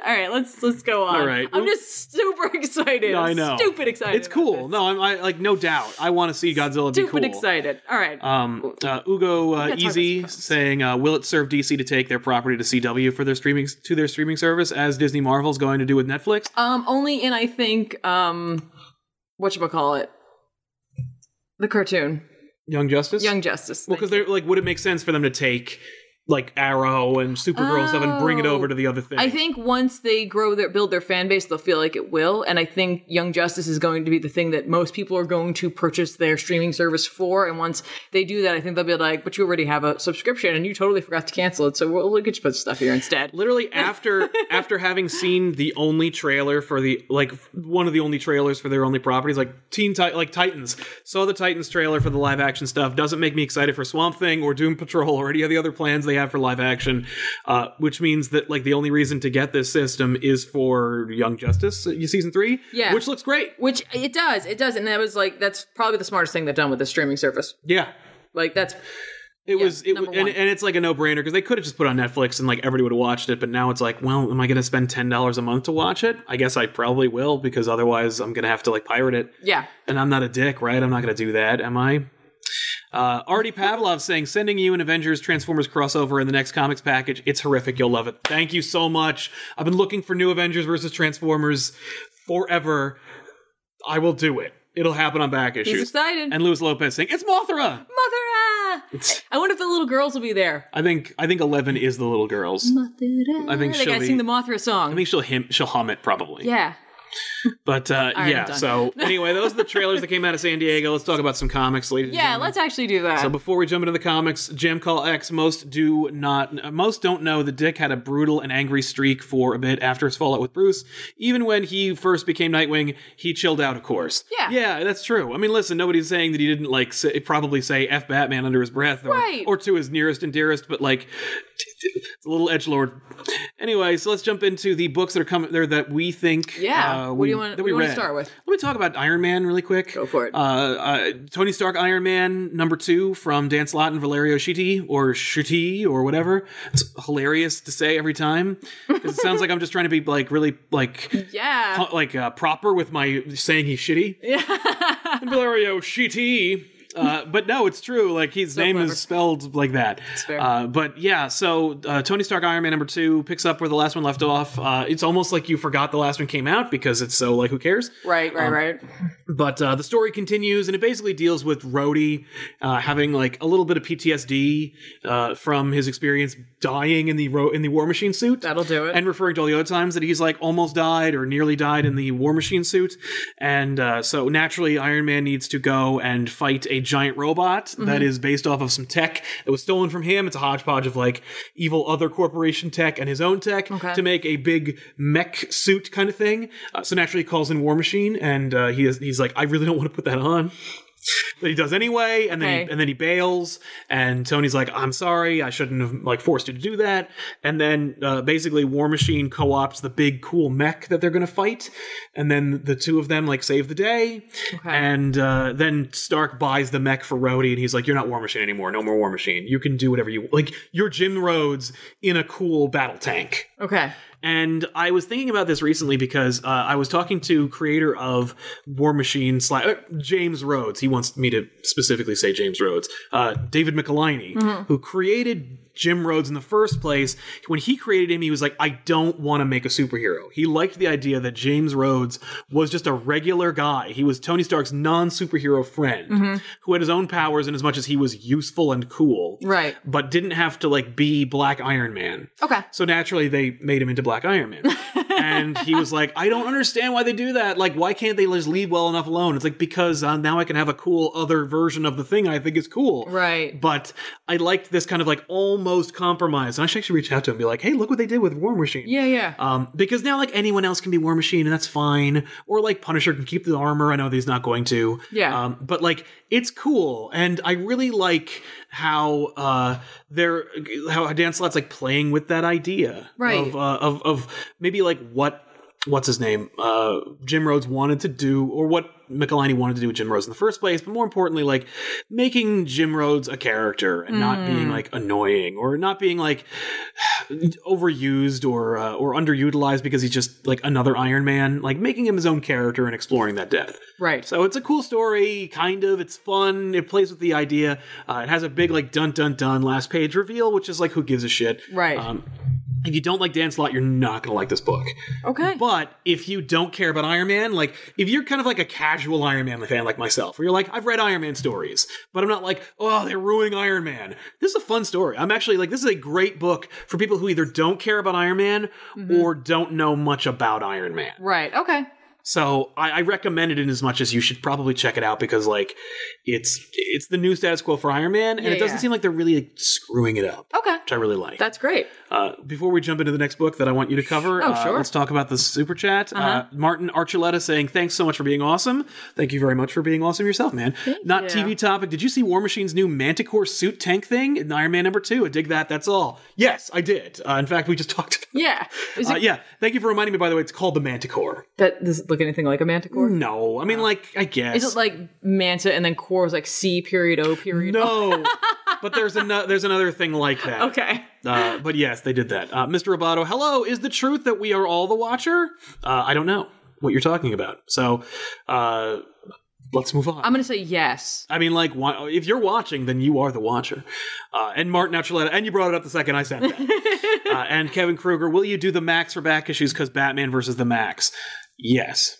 Speaker 1: Uh,
Speaker 5: All right, let's let's go on.
Speaker 1: All right,
Speaker 5: I'm
Speaker 1: well-
Speaker 5: just super excited.
Speaker 1: I
Speaker 5: I'm
Speaker 1: know.
Speaker 5: Stupid excited.
Speaker 1: It's
Speaker 5: about
Speaker 1: cool.
Speaker 5: this.
Speaker 1: No, I'm I, like no doubt. I want to see Godzilla be
Speaker 5: Stupid
Speaker 1: cool.
Speaker 5: excited. All right.
Speaker 1: Um, uh, Ugo uh,
Speaker 5: talk
Speaker 1: Easy
Speaker 5: about this
Speaker 1: saying, uh, "Will it serve DC to take their property to CW for their streaming to their streaming service, as Disney Marvel's going to do with Netflix?"
Speaker 5: Um, only in I think um, what call it, the cartoon
Speaker 1: Young Justice.
Speaker 5: Young Justice.
Speaker 1: Well, because
Speaker 5: Thank
Speaker 1: they're like, would it make sense for them to take like Arrow and Supergirl and stuff, and bring it
Speaker 5: Oh.
Speaker 1: over to the other thing.
Speaker 5: I think once they grow their build their fan base, they'll feel like it will. And I think Young Justice is going to be the thing that most people are going to purchase their streaming service for. And once they do that, I think they'll be like, "But you already have a subscription, and you totally forgot to cancel it. So we'll look at put stuff here instead."
Speaker 1: literally after after having seen the only trailer for the like one of the only trailers for their only properties like teen Ti- like titans saw the titans trailer for the live action stuff doesn't make me excited for swamp thing or doom patrol or any of the other plans they have for live action uh, which means that like the only reason to get this system is for young justice uh, season three
Speaker 5: Yeah.
Speaker 1: which looks great
Speaker 5: Which it does, it does, and that was like that's probably the smartest thing they've done with the streaming service.
Speaker 1: yeah
Speaker 5: Like that's
Speaker 1: it was it was,
Speaker 5: number
Speaker 1: and,
Speaker 5: one.
Speaker 1: and it's like a no-brainer because they could have just put it on netflix and like everybody would have watched it but now it's like well am i going to spend $10 a month to watch it i guess i probably will because otherwise i'm going to have to like pirate it
Speaker 5: yeah,
Speaker 1: and i'm not a dick right i'm not going to do that am i uh, Artie Pavlov saying, sending you an Avengers Transformers crossover in the next comics package. It's horrific. You'll love it. Thank you so much. I've been looking for new Avengers versus Transformers forever. I will do it. It'll happen on back
Speaker 5: he's
Speaker 1: issues.
Speaker 5: excited.
Speaker 1: And Luis Lopez saying, it's Mothra.
Speaker 5: Mother, ah! I wonder if the little girls will be there.
Speaker 1: I think I think Eleven is the little
Speaker 5: Mm.
Speaker 1: girls. I think
Speaker 5: They
Speaker 1: she'll
Speaker 5: gotta
Speaker 1: be,
Speaker 5: sing the Mothra song.
Speaker 1: I think she'll him she'll hum it probably.
Speaker 5: yeah.
Speaker 1: But uh,
Speaker 5: right, I'm
Speaker 1: yeah.
Speaker 5: done.
Speaker 1: So anyway, those are the trailers that came out of San Diego. Let's talk about some comics, ladies. and
Speaker 5: Yeah,
Speaker 1: gentlemen.
Speaker 5: let's actually do that.
Speaker 1: So before we jump into the comics, Jam Call X. Most do not, uh, most don't know that Dick had a brutal and angry streak for a bit after his fallout with Bruce. Even when he first became Nightwing, he chilled out. Of course.
Speaker 5: Yeah.
Speaker 1: Yeah, that's true. I mean, listen, nobody's saying that he didn't like say, probably say "f Batman" under his breath, or,
Speaker 5: Right.
Speaker 1: or to his nearest and dearest, but like. It's a little edge lord. Anyway, so let's jump into the books that are coming there that we think. uh,
Speaker 5: Yeah. What
Speaker 1: we,
Speaker 5: do you
Speaker 1: that
Speaker 5: want- what do
Speaker 1: we
Speaker 5: you wanna
Speaker 1: read.
Speaker 5: start with?
Speaker 1: Let me talk about Iron Man really quick.
Speaker 5: Go for it.
Speaker 1: Uh, uh, Tony Stark Iron Man number two from Dan Slott and Valerio Schutte or Schutte or whatever. It's hilarious to say every time because it sounds like I'm just trying to be like really like
Speaker 5: yeah.
Speaker 1: pu- like uh, proper with my saying he's shitty. Yeah, Valerio Shitty. Uh, but no, it's true. Like his name
Speaker 5: clever.
Speaker 1: is spelled like that.
Speaker 5: fair.
Speaker 1: Uh, but yeah, so uh, Tony Stark Iron Man number two picks up where the last one left off. Uh, it's almost like you forgot the last one came out because it's so like who cares.
Speaker 5: Right,
Speaker 1: Um,
Speaker 5: right, right.
Speaker 1: But uh, the story continues, and it basically deals with Rhodey uh, having like a little bit of PTSD uh, from his experience dying in the ro- in the War Machine suit.
Speaker 5: That'll do it.
Speaker 1: And referring to all the other times that he's like almost died or nearly died in the War Machine suit, and uh, so naturally Iron Man needs to go and fight a giant robot
Speaker 5: Mm-hmm.
Speaker 1: that is based off of some tech that was stolen from him. It's a hodgepodge of like evil other corporation tech and his own tech
Speaker 5: Okay.
Speaker 1: to make make a big mech suit kind of thing. Uh, so naturally, he calls in War Machine, and uh, he is, he's like, "I really don't want to put that on." But he does anyway, and then
Speaker 5: Okay.
Speaker 1: he, and then he bails. And Tony's like, "I'm sorry, I shouldn't have like forced you to do that." And then uh, basically, War Machine co-opts the big cool mech that they're going to fight, and then the two of them like save the day. And uh, then Stark buys the mech for Rhodey, and he's like, "You're not War Machine anymore. No more War Machine. You can do whatever you like. You're Jim Rhodes in a cool battle tank."
Speaker 5: Okay.
Speaker 1: And I was thinking about this recently because uh, I was talking to creator of War Machine, slash, uh, James Rhodes. He wants me to specifically say James Rhodes, uh, David McElhinney, who created Jim Rhodes in the first place. When he created him, he was like, I don't want to make a superhero. He liked the idea that James Rhodes was just a regular guy. He was Tony Stark's non superhero friend who had his own powers in as much as he was useful and cool,
Speaker 5: Right.
Speaker 1: but didn't have to like be Black Iron Man.
Speaker 5: Okay.
Speaker 1: So naturally, they made him into Black Iron Man. and he was like, I don't understand why they do that. Like, why can't they just leave well enough alone? It's like, because uh, now I can have a cool other version of the thing I think is cool.
Speaker 5: Right.
Speaker 1: But I liked this kind of like almost compromise. And I should actually reach out to him and be like, hey, look what they did with War Machine.
Speaker 5: Yeah, yeah.
Speaker 1: Um, because now like anyone else can be War Machine and that's fine. Or like Punisher can keep the armor. I know that he's not going to.
Speaker 5: Yeah.
Speaker 1: Um, but like it's cool, and I really like how uh they're how Dan Slott's like playing with that idea
Speaker 5: Right.
Speaker 1: of uh, of of maybe like what what's his name uh Jim Rhodes wanted to do or what. McElhinney wanted to do with Jim Rhodes in the first place, but more importantly, like making Jim Rhodes a character and not being like annoying or not being like overused or uh, or underutilized because he's just like another Iron Man, like making him his own character and exploring that depth.
Speaker 5: right.
Speaker 1: So it's a cool story, kind of. It's fun. It plays with the idea. Uh, it has a big like dun dun dun last page reveal, which is like who gives a shit.
Speaker 5: Right.
Speaker 1: Um, If you don't like Dan Slott, you're not going to like this book.
Speaker 5: Okay.
Speaker 1: But if you don't care about Iron Man, like if you're kind of like a casual Iron Man fan like myself, where you're like, I've read Iron Man stories, but I'm not like, oh, they're ruining Iron Man. This is a fun story. I'm actually like, this is a great book for people who either don't care about Iron Man or don't know much about Iron Man.
Speaker 5: Right. Okay.
Speaker 1: So I, I recommend it in as much as you should probably check it out because like it's it's the new status quo for Iron Man, and
Speaker 5: Yeah,
Speaker 1: it doesn't
Speaker 5: yeah.
Speaker 1: seem like they're really like, screwing it up,
Speaker 5: Okay.
Speaker 1: which I really like.
Speaker 5: That's great.
Speaker 1: Uh, before we jump into the next book that I want you to cover,
Speaker 5: Oh,
Speaker 1: uh,
Speaker 5: sure. Uh-huh.
Speaker 1: let's talk about the super chat. uh Martin Archuleta saying, Thanks so much for being awesome. Thank you very much for being awesome yourself, man. Not
Speaker 5: you.
Speaker 1: TV topic. Did you see War Machine's new Manticore suit tank thing in Iron Man number two? I dig that. That's all. Yes, I did. Uh, in fact, we just talked about
Speaker 5: Yeah. Is
Speaker 1: uh,
Speaker 5: it,
Speaker 1: yeah, thank you for reminding me. By the way, it's called the Manticore.
Speaker 5: that does it look anything like a
Speaker 1: Mm.
Speaker 5: manticore?
Speaker 1: No, I mean, like, I guess
Speaker 5: Is it like manta and then core is like C period O period? O?
Speaker 1: no. but there's another there's another thing like that.
Speaker 5: Okay.
Speaker 1: Uh, but yes, they did that. Uh, Mr. Roboto, hello. Is the truth that we are all the Watcher? Uh, I don't know what you're talking about. So uh, let's move on.
Speaker 5: I'm gonna say yes.
Speaker 1: I mean, like, why, if you're watching, then you are the Watcher. Uh, and Martin Archuleta, and you brought it up the second I said that. uh, and Kevin Kruger, will you do the Max for back issues because Batman versus the Max? Yes.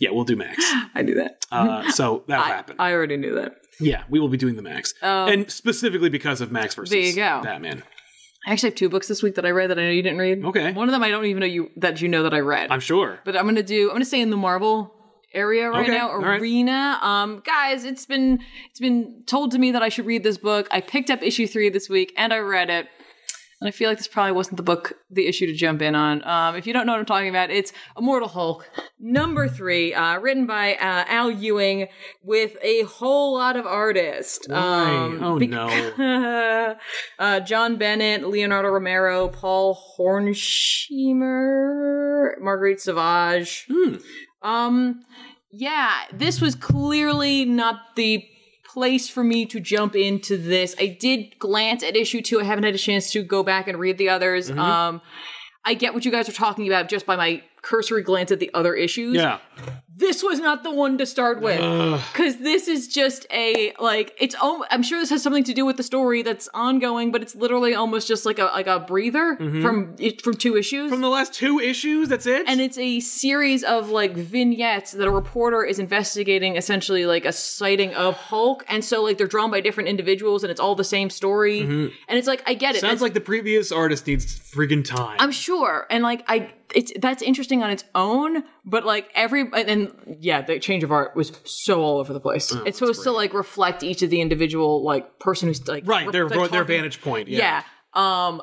Speaker 1: yeah, we'll do Max.
Speaker 5: I knew that.
Speaker 1: Uh, so that'll
Speaker 5: I,
Speaker 1: happen.
Speaker 5: I already knew that.
Speaker 1: yeah, we will be doing the Max. and specifically because of Max versus
Speaker 5: Oh. There you go.
Speaker 1: Batman.
Speaker 5: I actually have two books this week that I read that I know you didn't read.
Speaker 1: Okay.
Speaker 5: One of them I don't even know you that you know that I read.
Speaker 1: I'm sure.
Speaker 5: but I'm gonna do. I'm gonna stay in the Marvel area right
Speaker 1: Okay,
Speaker 5: now,
Speaker 1: all right.
Speaker 5: arena. Um, guys, it's been it's been told to me that I should read this book. I picked up issue three this week and I read it. And I feel like this probably wasn't the book, the issue to jump in on. Um, if you don't know what I'm talking about, it's Immortal Hulk number three, uh, written by uh, Al Ewing with a whole lot of artists. Um,
Speaker 1: oh
Speaker 5: bec-
Speaker 1: no.
Speaker 5: uh, John Bennett, Leonardo Romero, Paul Hornschiemer, Marguerite Savage. Um, yeah, this was clearly not the place for me to jump into this. I did glance at issue two. I haven't had a chance to go back and read the others. Um, I get what you guys are talking about just by my cursory glance at the other issues
Speaker 1: Yeah.
Speaker 5: this was not the one to start with because this is just a like it's om- i'm sure this has something to do with the story that's ongoing but it's literally almost just like a like a breather from it from two issues
Speaker 1: Mm-hmm. From the last two issues, that's it?
Speaker 5: and it's a series of like vignettes that a reporter is investigating essentially like a sighting of hulk and so like they're drawn by different individuals and it's all the same story and it's like i get it
Speaker 1: Mm-hmm. Sounds
Speaker 5: It's-
Speaker 1: like the previous artist needs friggin' time.
Speaker 5: I'm sure, and like I, it's that's interesting on its own, but like every and, and yeah, the change of art was so all over the place.
Speaker 1: Mm,
Speaker 5: it's supposed to like reflect each of the individual like person who's like
Speaker 1: right,
Speaker 5: re-
Speaker 1: their,
Speaker 5: like,
Speaker 1: their
Speaker 5: talking-
Speaker 1: vantage point. Yeah.
Speaker 5: Yeah. Um,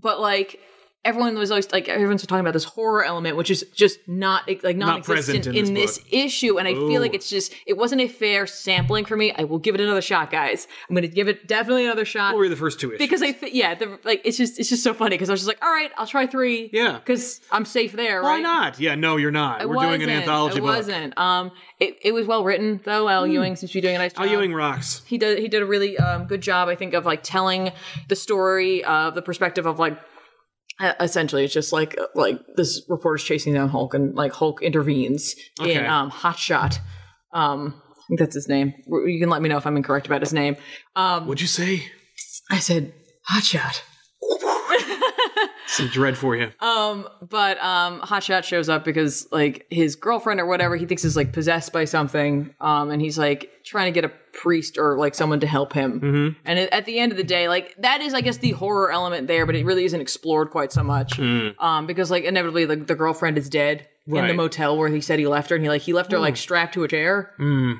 Speaker 5: but like everyone was always like everyone's talking about this horror element, which is just not like non-existent
Speaker 1: present in
Speaker 5: in,
Speaker 1: this
Speaker 5: this,
Speaker 1: book.
Speaker 5: issue, and I
Speaker 1: Ooh.
Speaker 5: feel like it's just it wasn't a fair sampling for me. I will give it another shot, guys. I'm gonna give it definitely another shot
Speaker 1: What were the first two issues?
Speaker 5: because I th- yeah, the, like it's just it's just so funny because I was just like, all right, I'll try three.
Speaker 1: Yeah.
Speaker 5: because I'm safe there.
Speaker 1: Why
Speaker 5: right?
Speaker 1: not? Yeah, no, you're not.
Speaker 5: I
Speaker 1: We're doing an
Speaker 5: wasn't.
Speaker 1: anthology
Speaker 5: I
Speaker 1: book.
Speaker 5: wasn't. Um, it, it was well written though. Al Ewing seems to be doing a nice job.
Speaker 1: Hmm. Al Ewing rocks.
Speaker 5: He did he did a really um, good job, I think, of like telling the story of the perspective of like uh, essentially it's just like uh, like this reporter's chasing down Hulk and like Hulk intervenes
Speaker 1: Okay.
Speaker 5: in um, Hot Shot. Um, I think that's his name. You can let me know if I'm incorrect about his name. Um,
Speaker 1: What'd you say?
Speaker 5: I said Hot Shot.
Speaker 1: Some dread for you.
Speaker 5: Um, but um, Hotshot shows up because like his girlfriend or whatever he thinks is like possessed by something. Um, and he's like trying to get a priest or like someone to help him. Mm-hmm. And at- at the end of the day, like that is, I guess, the horror element there, but it really isn't explored quite so much. Um, because like inevitably, like the girlfriend is dead. In
Speaker 1: Mm. Right. Mm.
Speaker 5: the motel where he said he left her, and he like he left her like strapped to a chair.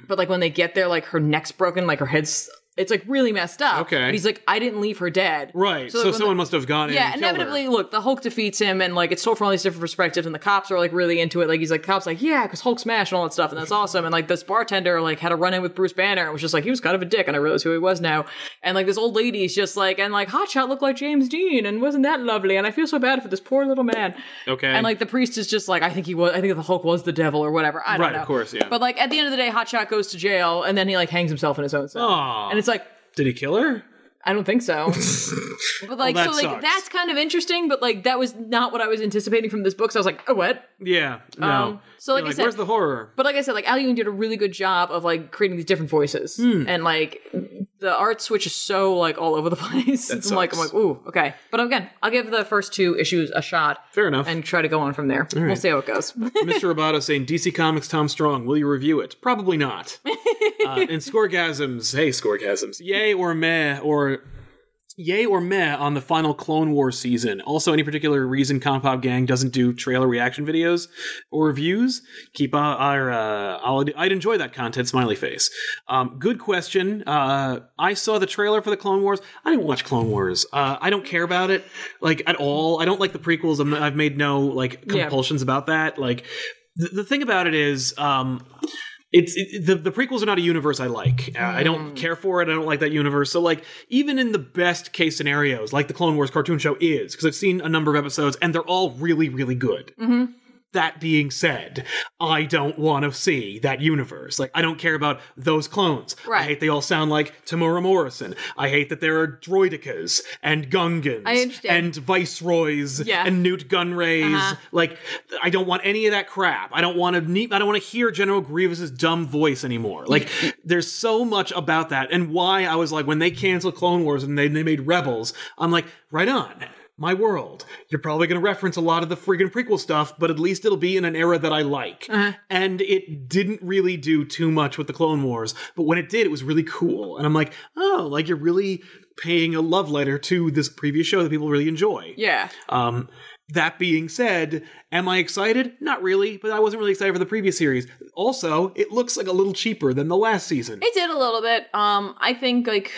Speaker 5: But like when they get there, like her neck's broken, like her head's it's like really messed up.
Speaker 1: Okay.
Speaker 5: But he's like, I didn't leave her dead.
Speaker 1: right. So,
Speaker 5: when the-
Speaker 1: someone must have gone in
Speaker 5: yeah,
Speaker 1: and killed her.
Speaker 5: inevitably, look, the Hulk defeats him, and like it's told from all these different perspectives, and the cops are like really into it. Like he's like, cops like, yeah, because Hulk smashed and all that stuff, and that's awesome. And like this bartender like had a run in with Bruce Banner, and was just like he was kind of a dick, and I realized who he was now. And like this old lady is just like, and like Hotshot looked like James Dean, and wasn't that lovely? And I feel so bad for this poor little man.
Speaker 1: Okay.
Speaker 5: And like the priest is just like, I think he was, I think the Hulk was the devil or whatever. I don't
Speaker 1: Right,
Speaker 5: know.
Speaker 1: of course, yeah.
Speaker 5: But like at the end of the day, Hotshot goes to jail, and then he like hangs himself in his own cell.
Speaker 1: Aw.
Speaker 5: And it's like,
Speaker 1: Did he kill her?
Speaker 5: I don't think so. but like
Speaker 1: Well, that
Speaker 5: so like
Speaker 1: sucks.
Speaker 5: that's kind of interesting, but like that was not what I was anticipating from this book. So I was like, oh what?
Speaker 1: Yeah. No.
Speaker 5: Um, so like
Speaker 1: You're
Speaker 5: I said-
Speaker 1: where's the horror? Hmm.
Speaker 5: But like I said, like Al Ewing did a really good job of like creating these different voices and like the art switch is so like all over the place.
Speaker 1: That
Speaker 5: I'm like, I'm
Speaker 1: sucks.
Speaker 5: like, ooh, okay. But again, I'll give the first two issues a shot
Speaker 1: Fair enough.
Speaker 5: and try to go on from there. We'll see how it goes.
Speaker 1: Mr. Roboto saying, DC Comics Tom Strong, will you review it? Probably not. uh, and Scorgasms, hey, Scorgasms, yay or meh, or yay or meh on the final Clone War season. Also, any particular reason Compop Gang doesn't do trailer reaction videos or reviews? Keep our, our uh, I'll, I'd enjoy that content, smiley face. Um, good question. Uh, I saw the trailer for the Clone Wars. I didn't watch Clone Wars. Uh, I don't care about it, like, at all. I don't like the prequels. I'm, I've made no, like,
Speaker 5: Yeah.
Speaker 1: compulsions about that. Like, the, the thing about it is, um, it's it, the, the prequels are not a universe I like. Uh, I
Speaker 5: Mm.
Speaker 1: don't care for it. I don't like that universe. So like even in the best case scenarios, like the Clone Wars cartoon show is, because I've seen a number of episodes and they're all really really good.
Speaker 5: Mm-hmm.
Speaker 1: That being said, I don't want to see that universe. Like, I don't care about those clones. I
Speaker 5: Right.
Speaker 1: hate they all sound like Tamura Morrison. I hate that there are droidicas and Gungans
Speaker 5: I
Speaker 1: and
Speaker 5: understand.
Speaker 1: viceroys
Speaker 5: Yeah.
Speaker 1: and Newt Gunrays. Like, I don't want any of that crap. I don't want to. Ne- I don't want to hear General Grievous's dumb voice anymore. Like, there's so much about that, and why I was like, when they canceled Clone Wars and they, they made Rebels, I'm like, right on. My world. You're probably going to reference a lot of the friggin' prequel stuff, but at least it'll be in an era that I like. And it didn't really do too much with the Clone Wars, but when it did, it was really cool. And I'm like, oh, like you're really paying a love letter to this previous show that people really enjoy.
Speaker 5: yeah.
Speaker 1: Um, that being said, am I excited? Not really, but I wasn't really excited for the previous series. Also, it looks like a little cheaper than the last season.
Speaker 5: It did a little bit. Um, I think like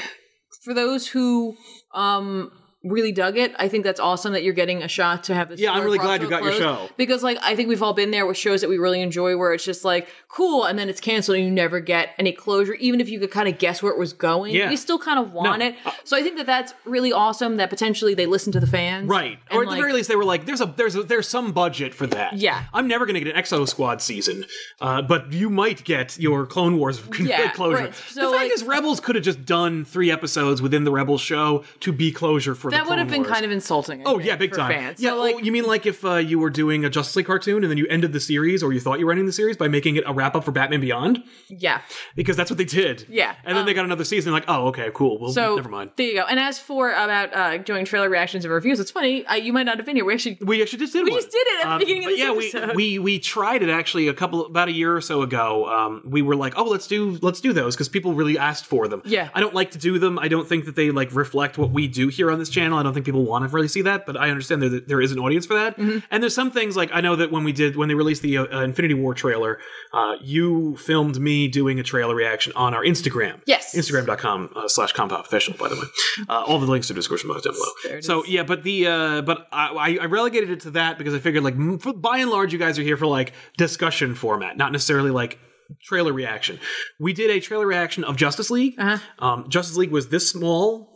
Speaker 5: for those who um really dug it, I think that's awesome that you're getting a shot to have this.
Speaker 1: Yeah, I'm
Speaker 5: story
Speaker 1: really
Speaker 5: brought
Speaker 1: glad
Speaker 5: to
Speaker 1: you
Speaker 5: a
Speaker 1: got your
Speaker 5: close.
Speaker 1: show.
Speaker 5: because like I think we've all been there with shows that we really enjoy where it's just like cool, and then it's canceled and you never get any closure, even if you could kind of guess where it was going.
Speaker 1: Yeah.
Speaker 5: you still kind of want
Speaker 1: No. uh,
Speaker 5: it. So I think that that's really awesome that potentially they listen to the fans,
Speaker 1: Right,
Speaker 5: and,
Speaker 1: or at
Speaker 5: like,
Speaker 1: the very least, they were like, "There's a there's a, there's some budget for that."
Speaker 5: Yeah.
Speaker 1: I'm never gonna get an Exo Squad season, uh, but you might get your Clone Wars
Speaker 5: Yeah,
Speaker 1: closure.
Speaker 5: right. So,
Speaker 1: the fact
Speaker 5: like-
Speaker 1: is, Rebels could have just done three episodes within the Rebels show to be closure for the
Speaker 5: That would have
Speaker 1: Clone
Speaker 5: been
Speaker 1: Wars.
Speaker 5: kind of insulting. I
Speaker 1: Oh
Speaker 5: think,
Speaker 1: yeah, big
Speaker 5: for
Speaker 1: time.
Speaker 5: Fans.
Speaker 1: Yeah,
Speaker 5: so, like
Speaker 1: oh, you mean like if uh, you were doing a Justice League cartoon and then you ended the series, or you thought you were ending the series by making it a wrap up for Batman Beyond,
Speaker 5: yeah.
Speaker 1: because that's what they did.
Speaker 5: Yeah, um,
Speaker 1: and then they got another season. Like, oh, okay, cool. Well,
Speaker 5: So
Speaker 1: never mind.
Speaker 5: There you go. And as for about uh, doing trailer reactions and reviews, it's funny. Uh, you might not have been here. We actually
Speaker 1: We actually just did. We
Speaker 5: just did it at the beginning of this
Speaker 1: yeah,
Speaker 5: episode.
Speaker 1: we we we tried it actually a couple about a year or so ago. Um, we were like, oh, let's do let's do those because people really asked for them.
Speaker 5: Yeah.
Speaker 1: I don't like to do them. I don't think that they like reflect what we do here on this channel. I don't think people want to really see that, but I understand that there is an audience for that.
Speaker 5: Mm-hmm.
Speaker 1: And there's some things like I know that when we did when they released the uh, Infinity War trailer, uh, you filmed me doing a trailer reaction on our Instagram.
Speaker 5: Yes.
Speaker 1: Instagram.com uh, slash compop official, by the way. Uh, all the links to description box down below. So yeah, but the uh, but I, I relegated it to that because I figured like m- for, by and large you guys are here for like discussion format, not necessarily like trailer reaction. We did a trailer reaction of Justice League.
Speaker 5: Uh-huh.
Speaker 1: Um, Justice League was this small.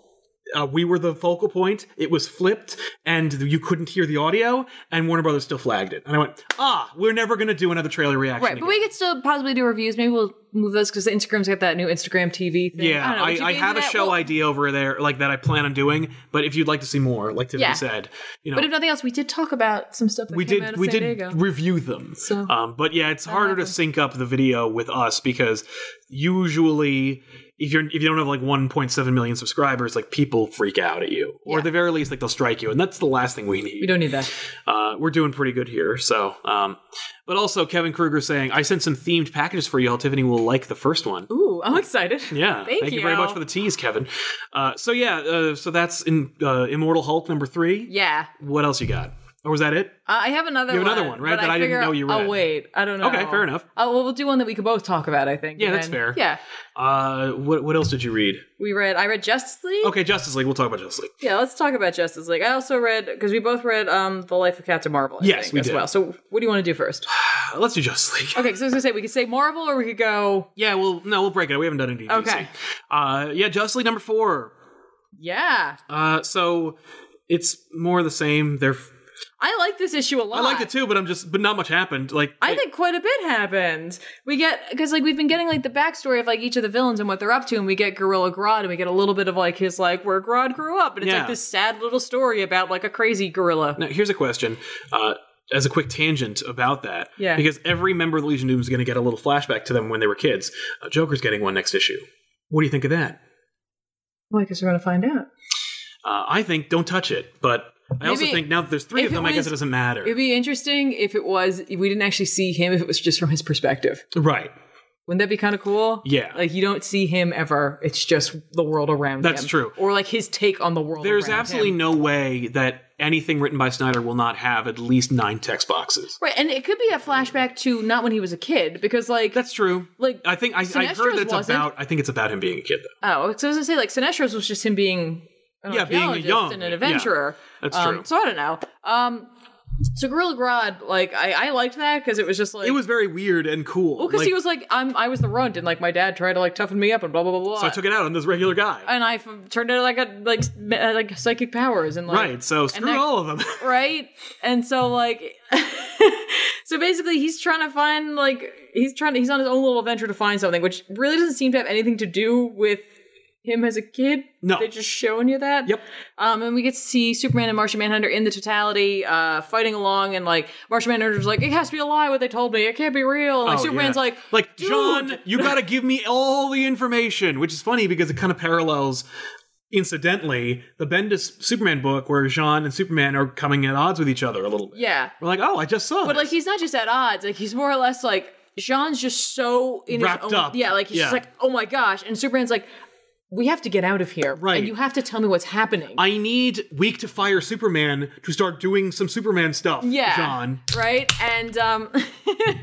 Speaker 1: Uh, we were the focal point. It was flipped, and you couldn't hear the audio. And Warner Brothers still flagged it. And I went, ah, we're never going to do another trailer reaction.
Speaker 5: Right, but
Speaker 1: again.
Speaker 5: we could still possibly do reviews. Maybe we'll move those because Instagram's got that new Instagram TV thing.
Speaker 1: Yeah,
Speaker 5: don't know. Would you
Speaker 1: I, I,
Speaker 5: be
Speaker 1: have a
Speaker 5: into that?
Speaker 1: show
Speaker 5: Well,
Speaker 1: idea over there, like that I plan on doing. But if you'd like to see more, like Tiffany
Speaker 5: Yeah.
Speaker 1: said, you know,
Speaker 5: But if nothing else, we did talk about some stuff that
Speaker 1: we
Speaker 5: came
Speaker 1: did
Speaker 5: out of
Speaker 1: we
Speaker 5: San
Speaker 1: did
Speaker 5: Diego.
Speaker 1: review them.
Speaker 5: So-
Speaker 1: um, but yeah, it's harder to sync up the video with us because usually. If you're if you don't have like 1.7 million subscribers, like people freak out at you, or at the very least, like they'll strike you, and that's the last thing we need.
Speaker 5: we don't need that.
Speaker 1: Uh, we're doing pretty good here. So, um, but also Kevin Kruger saying, "I sent some themed packages for y'all. Tiffany will like the first one."
Speaker 5: Ooh, I'm excited.
Speaker 1: Yeah,
Speaker 5: Thank
Speaker 1: you. very
Speaker 5: you.
Speaker 1: much for the tease, Kevin. Uh, so yeah, uh, so that's in uh, Immortal Hulk number three.
Speaker 5: Yeah,
Speaker 1: What else you got? Or was that it?
Speaker 5: uh, I have another.
Speaker 1: You have
Speaker 5: one,
Speaker 1: another one, right,
Speaker 5: but
Speaker 1: that I didn't
Speaker 5: figure
Speaker 1: know you read.
Speaker 5: I'll wait. I don't know.
Speaker 1: Okay, fair enough.
Speaker 5: Uh, well, we'll do one that we could both talk about. I think.
Speaker 1: Yeah,
Speaker 5: and
Speaker 1: that's fair.
Speaker 5: then- Yeah,
Speaker 1: Uh, what what else did you read?
Speaker 5: we read. I read Justice League.
Speaker 1: Okay, Justice League. We'll talk about Justice League.
Speaker 5: Yeah, let's talk about Justice League. I also read because we both read um the Life of Captain Marvel. I
Speaker 1: Yes,
Speaker 5: think,
Speaker 1: we
Speaker 5: as
Speaker 1: did.
Speaker 5: well. So, what do you want to do first?
Speaker 1: Uh, let's do Justice League.
Speaker 5: Okay, so I was gonna say we could say Marvel or we could go.
Speaker 1: Yeah, well, no, we'll break it. We haven't done any. DC.
Speaker 5: Okay.
Speaker 1: Uh, yeah, Justice League number four.
Speaker 5: Yeah,
Speaker 1: Uh, so it's more of the same. They're
Speaker 5: I like this issue a lot.
Speaker 1: I liked it too, but I'm just but not much happened. Like
Speaker 5: I
Speaker 1: it-
Speaker 5: think quite a bit happened. We get because like we've been getting like the backstory of like each of the villains and what they're up to, and we get Gorilla Grodd, and we get a little bit of like his like where Grodd grew up, and it's
Speaker 1: Yeah.
Speaker 5: like this sad little story about like a crazy gorilla.
Speaker 1: Now, here's a question. Uh, as a quick tangent about that,
Speaker 5: Yeah.
Speaker 1: because every member of the Legion of Doom is going to get a little flashback to them when they were kids. Uh, Joker's getting one next issue. What do you think of that?
Speaker 5: Well, I guess we're going to find out.
Speaker 1: Uh, I think don't touch it, but I also
Speaker 5: Maybe-
Speaker 1: think now that there's three
Speaker 5: if
Speaker 1: of them,
Speaker 5: it
Speaker 1: I guess
Speaker 5: was-
Speaker 1: it doesn't matter.
Speaker 5: It'd be interesting if it was, if we didn't actually see him, if it was just from his perspective.
Speaker 1: right.
Speaker 5: Wouldn't that be kind of cool?
Speaker 1: Yeah.
Speaker 5: Like, you don't see him ever. It's just the world around
Speaker 1: That's
Speaker 5: him.
Speaker 1: true.
Speaker 5: Or, like, his take on the world
Speaker 1: There's
Speaker 5: around
Speaker 1: absolutely
Speaker 5: him.
Speaker 1: no way that anything written by Snyder will not have at least nine text boxes.
Speaker 5: Right, and it could be a flashback to not when he was a kid, because, like,
Speaker 1: That's true.
Speaker 5: Like,
Speaker 1: I think I, I
Speaker 5: Sinestro's
Speaker 1: heard that it's
Speaker 5: wasn't.
Speaker 1: about. I think it's about him being a kid, though.
Speaker 5: Oh, so I was gonna say like Sinestro's was just him being an
Speaker 1: Yeah, being a
Speaker 5: archaeologist
Speaker 1: young-
Speaker 5: and an adventurer.
Speaker 1: that's
Speaker 5: um,
Speaker 1: true.
Speaker 5: So I don't know. Um, so Gorilla Grodd, like I, I liked that because it was just like
Speaker 1: It was very weird and cool.
Speaker 5: because
Speaker 1: like,
Speaker 5: he was like I'm I was the runt and like my dad tried to like toughen me up and blah blah blah blah.
Speaker 1: So I took it out on this regular guy.
Speaker 5: and I f- turned into like a like s- uh, like psychic powers and like
Speaker 1: right. So screw
Speaker 5: that-
Speaker 1: all of them.
Speaker 5: right? And so like so basically he's trying to find like he's trying to, he's on his own little adventure to find something which really doesn't seem to have anything to do with him as a kid.
Speaker 1: No.
Speaker 5: They're just showing you that.
Speaker 1: Yep.
Speaker 5: Um and we get to see Superman and Martian Manhunter in the totality uh fighting along and like Martian Manhunter's like it has to be a lie what they told me. It can't be real. And, like
Speaker 1: Oh,
Speaker 5: Superman's
Speaker 1: yeah.
Speaker 5: like
Speaker 1: like
Speaker 5: "Dude!"
Speaker 1: John, you gotta give me all the information, which is funny because it kind of parallels, incidentally, the Bendis Superman book where Jean and Superman are coming at odds with each other a little bit.
Speaker 5: Yeah.
Speaker 1: We're like, oh, I just saw.
Speaker 5: But
Speaker 1: this.
Speaker 5: like he's not just at odds. Like he's more or less like Jean's just so in
Speaker 1: Wrapped
Speaker 5: his own.
Speaker 1: up.
Speaker 5: Yeah, like he's just
Speaker 1: Yeah.
Speaker 5: like, oh my gosh. And Superman's like, we have to get out of here.
Speaker 1: Right.
Speaker 5: And you have to tell me what's happening.
Speaker 1: I need Week to fire Superman to start doing some Superman stuff.
Speaker 5: yeah.
Speaker 1: John.
Speaker 5: Right? And um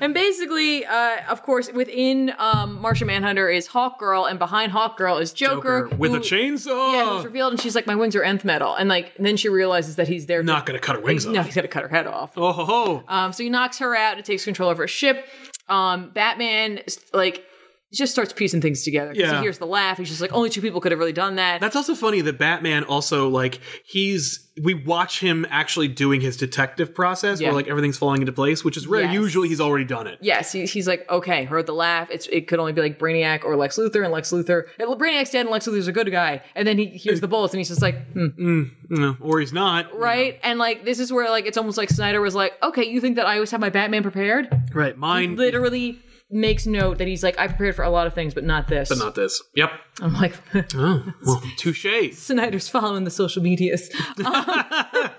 Speaker 5: and basically, uh, of course, within um Martian Manhunter is Hawk Girl and behind Hawk Girl is Joker.
Speaker 1: with a
Speaker 5: who-
Speaker 1: chainsaw.
Speaker 5: Yeah, who's revealed and she's like, My wings are nth metal. And like and then she realizes that he's there to-
Speaker 1: Not gonna cut her wings off.
Speaker 5: No, he's gonna cut her head off.
Speaker 1: Oh ho ho.
Speaker 5: Um, so he knocks her out and takes control of her ship. Um, Batman, like, just starts piecing things together. 'cause
Speaker 1: Yeah.
Speaker 5: He hears the laugh. He's just like, only two people could have really done that.
Speaker 1: That's also funny that Batman also like he's we watch him actually doing his detective process
Speaker 5: Yeah.
Speaker 1: where like everything's falling into place, which is rare.
Speaker 5: Yes.
Speaker 1: Usually he's already done it.
Speaker 5: yes, he, he's like, okay, heard the laugh. It's it could only be like Brainiac or Lex Luthor, and Lex Luthor, and Brainiac's dead, and Lex Luthor's a good guy. And then he hears the bullets, and he's just like, hmm.
Speaker 1: No, or he's not.
Speaker 5: right. And like, this is where like it's almost like Snyder was like, okay, you think that I always have my Batman prepared?
Speaker 1: Right. Mine
Speaker 5: Literally makes note that he's like, I prepared for a lot of things, but not this.
Speaker 1: but not this. Yep.
Speaker 5: I'm like,
Speaker 1: Oh, well, touche.
Speaker 5: Snyder's following the social medias. Um,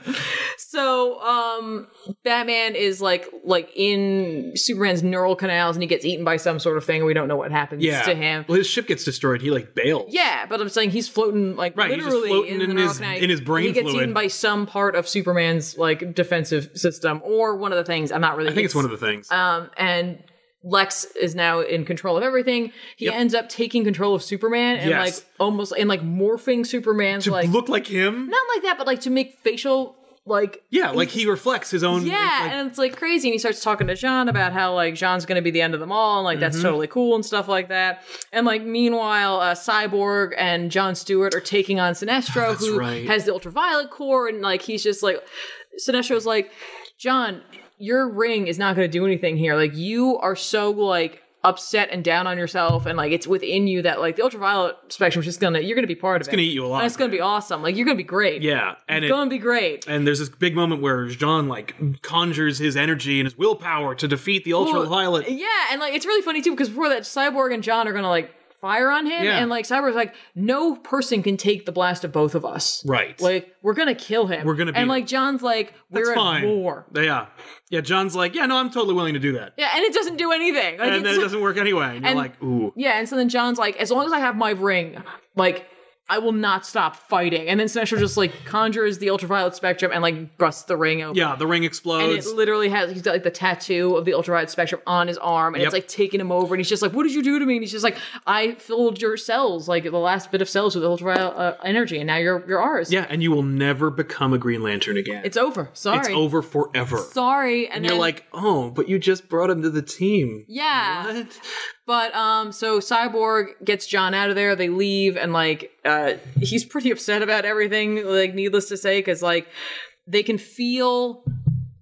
Speaker 5: so um, Batman is like like in Superman's neural canals, and he gets eaten by some sort of thing. We don't know what happens
Speaker 1: Yeah.
Speaker 5: to him.
Speaker 1: Well, his ship gets destroyed. He like bails.
Speaker 5: Yeah, but I'm saying he's floating like
Speaker 1: Right, he's just
Speaker 5: literally
Speaker 1: floating
Speaker 5: in, the
Speaker 1: in
Speaker 5: neural
Speaker 1: his-
Speaker 5: canal.
Speaker 1: in his brain
Speaker 5: He gets
Speaker 1: fluid.
Speaker 5: eaten by some part of Superman's like defensive system or one of the things. I'm not really.
Speaker 1: I think it's one of the things.
Speaker 5: Um, and Lex is now in control of everything. He
Speaker 1: Yep.
Speaker 5: ends up taking control of Superman and
Speaker 1: Yes.
Speaker 5: like almost and like morphing Superman's
Speaker 1: to
Speaker 5: like
Speaker 1: look like him.
Speaker 5: not like that, but like to make facial like
Speaker 1: yeah, like he reflects his own.
Speaker 5: yeah,
Speaker 1: like-
Speaker 5: and it's like crazy. And he starts talking to Jean about how like Jean's going to be the end of them all, and like that's totally cool and stuff like that. And like meanwhile, uh, Cyborg and John Stewart are taking on Sinestro, who
Speaker 1: right.
Speaker 5: has the ultraviolet core, and like he's just like Sinestro's like John, your ring is not going to do anything here. Like you are so like upset and down on yourself and like it's within you that like the ultraviolet spectrum is just gonna you're gonna be part of it it's
Speaker 1: gonna eat you alive,
Speaker 5: and it's gonna be awesome like you're gonna be great
Speaker 1: yeah, and
Speaker 5: it's
Speaker 1: it,
Speaker 5: gonna be great
Speaker 1: and there's this big moment where Jean like conjures his energy and his willpower to defeat the ultraviolet.
Speaker 5: Yeah, and like it's really funny too because before that, Cyborg and John are gonna like fire on him,
Speaker 1: Yeah.
Speaker 5: and like Cyborg's like, no person can take the blast of both of us.
Speaker 1: right.
Speaker 5: Like we're gonna kill him.
Speaker 1: We're gonna beat
Speaker 5: and like John's like, we're
Speaker 1: That's
Speaker 5: at
Speaker 1: fine.
Speaker 5: war.
Speaker 1: Yeah, yeah. John's like, yeah, no, I'm totally willing to do that.
Speaker 5: Yeah, and it doesn't do anything. Like,
Speaker 1: and then
Speaker 5: it's-
Speaker 1: it doesn't work anyway. And you're
Speaker 5: and-
Speaker 1: like, ooh.
Speaker 5: yeah, and so then John's like, as long as I have my ring, like. I will not stop fighting. And then Sinestro just like conjures the ultraviolet spectrum and like busts the ring open.
Speaker 1: Yeah, the ring
Speaker 5: And it
Speaker 1: explodes.
Speaker 5: literally has he's got like the tattoo of the ultraviolet spectrum on his arm, and
Speaker 1: Yep.
Speaker 5: it's like taking him over, and he's just like, "What did you do to me?" And he's just like, "I filled your cells, like the last bit of cells with ultraviolet uh, energy, and now you're you're ours.
Speaker 1: yeah, and you will never become a Green Lantern again.
Speaker 5: it's over. Sorry,
Speaker 1: It's over forever.
Speaker 5: Sorry." And,
Speaker 1: and you're
Speaker 5: then-
Speaker 1: like, oh, but you just brought him to the team.
Speaker 5: "Yeah."
Speaker 1: What?
Speaker 5: But um, so Cyborg gets John out of there. They leave, and like, uh, he's pretty upset about everything. Like, needless to say, because like, they can feel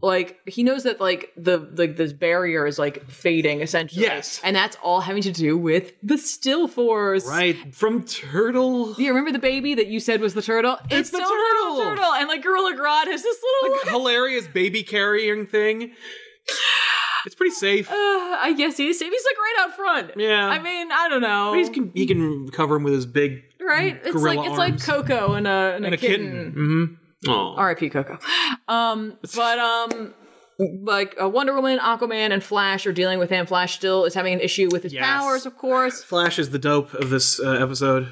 Speaker 5: like he knows that like the like this barrier is like fading essentially.
Speaker 1: Yes.
Speaker 5: and that's all having to do with the still force.
Speaker 1: Right from Turtle.
Speaker 5: Do you remember the baby that you said was the turtle?
Speaker 1: It's the
Speaker 5: still little
Speaker 1: turtle!
Speaker 5: turtle, and like Gorilla Grodd has this little.
Speaker 1: hilarious baby carrying thing. It's pretty safe.
Speaker 5: Uh, I guess he's he's like right out front.
Speaker 1: Yeah.
Speaker 5: I mean, I don't know.
Speaker 1: He's can, he can cover him with his big
Speaker 5: right? It's
Speaker 1: Gorilla
Speaker 5: like it's
Speaker 1: arms.
Speaker 5: like Coco and a and,
Speaker 1: and
Speaker 5: a, kitten.
Speaker 1: Mm-hmm. Oh,
Speaker 5: R.I.P. Coco. Um, but um, like uh, Wonder Woman, Aquaman, and Flash are dealing with him. Flash still is having an issue with his
Speaker 1: Yes.
Speaker 5: powers, of course.
Speaker 1: Flash is the dope of this uh, episode.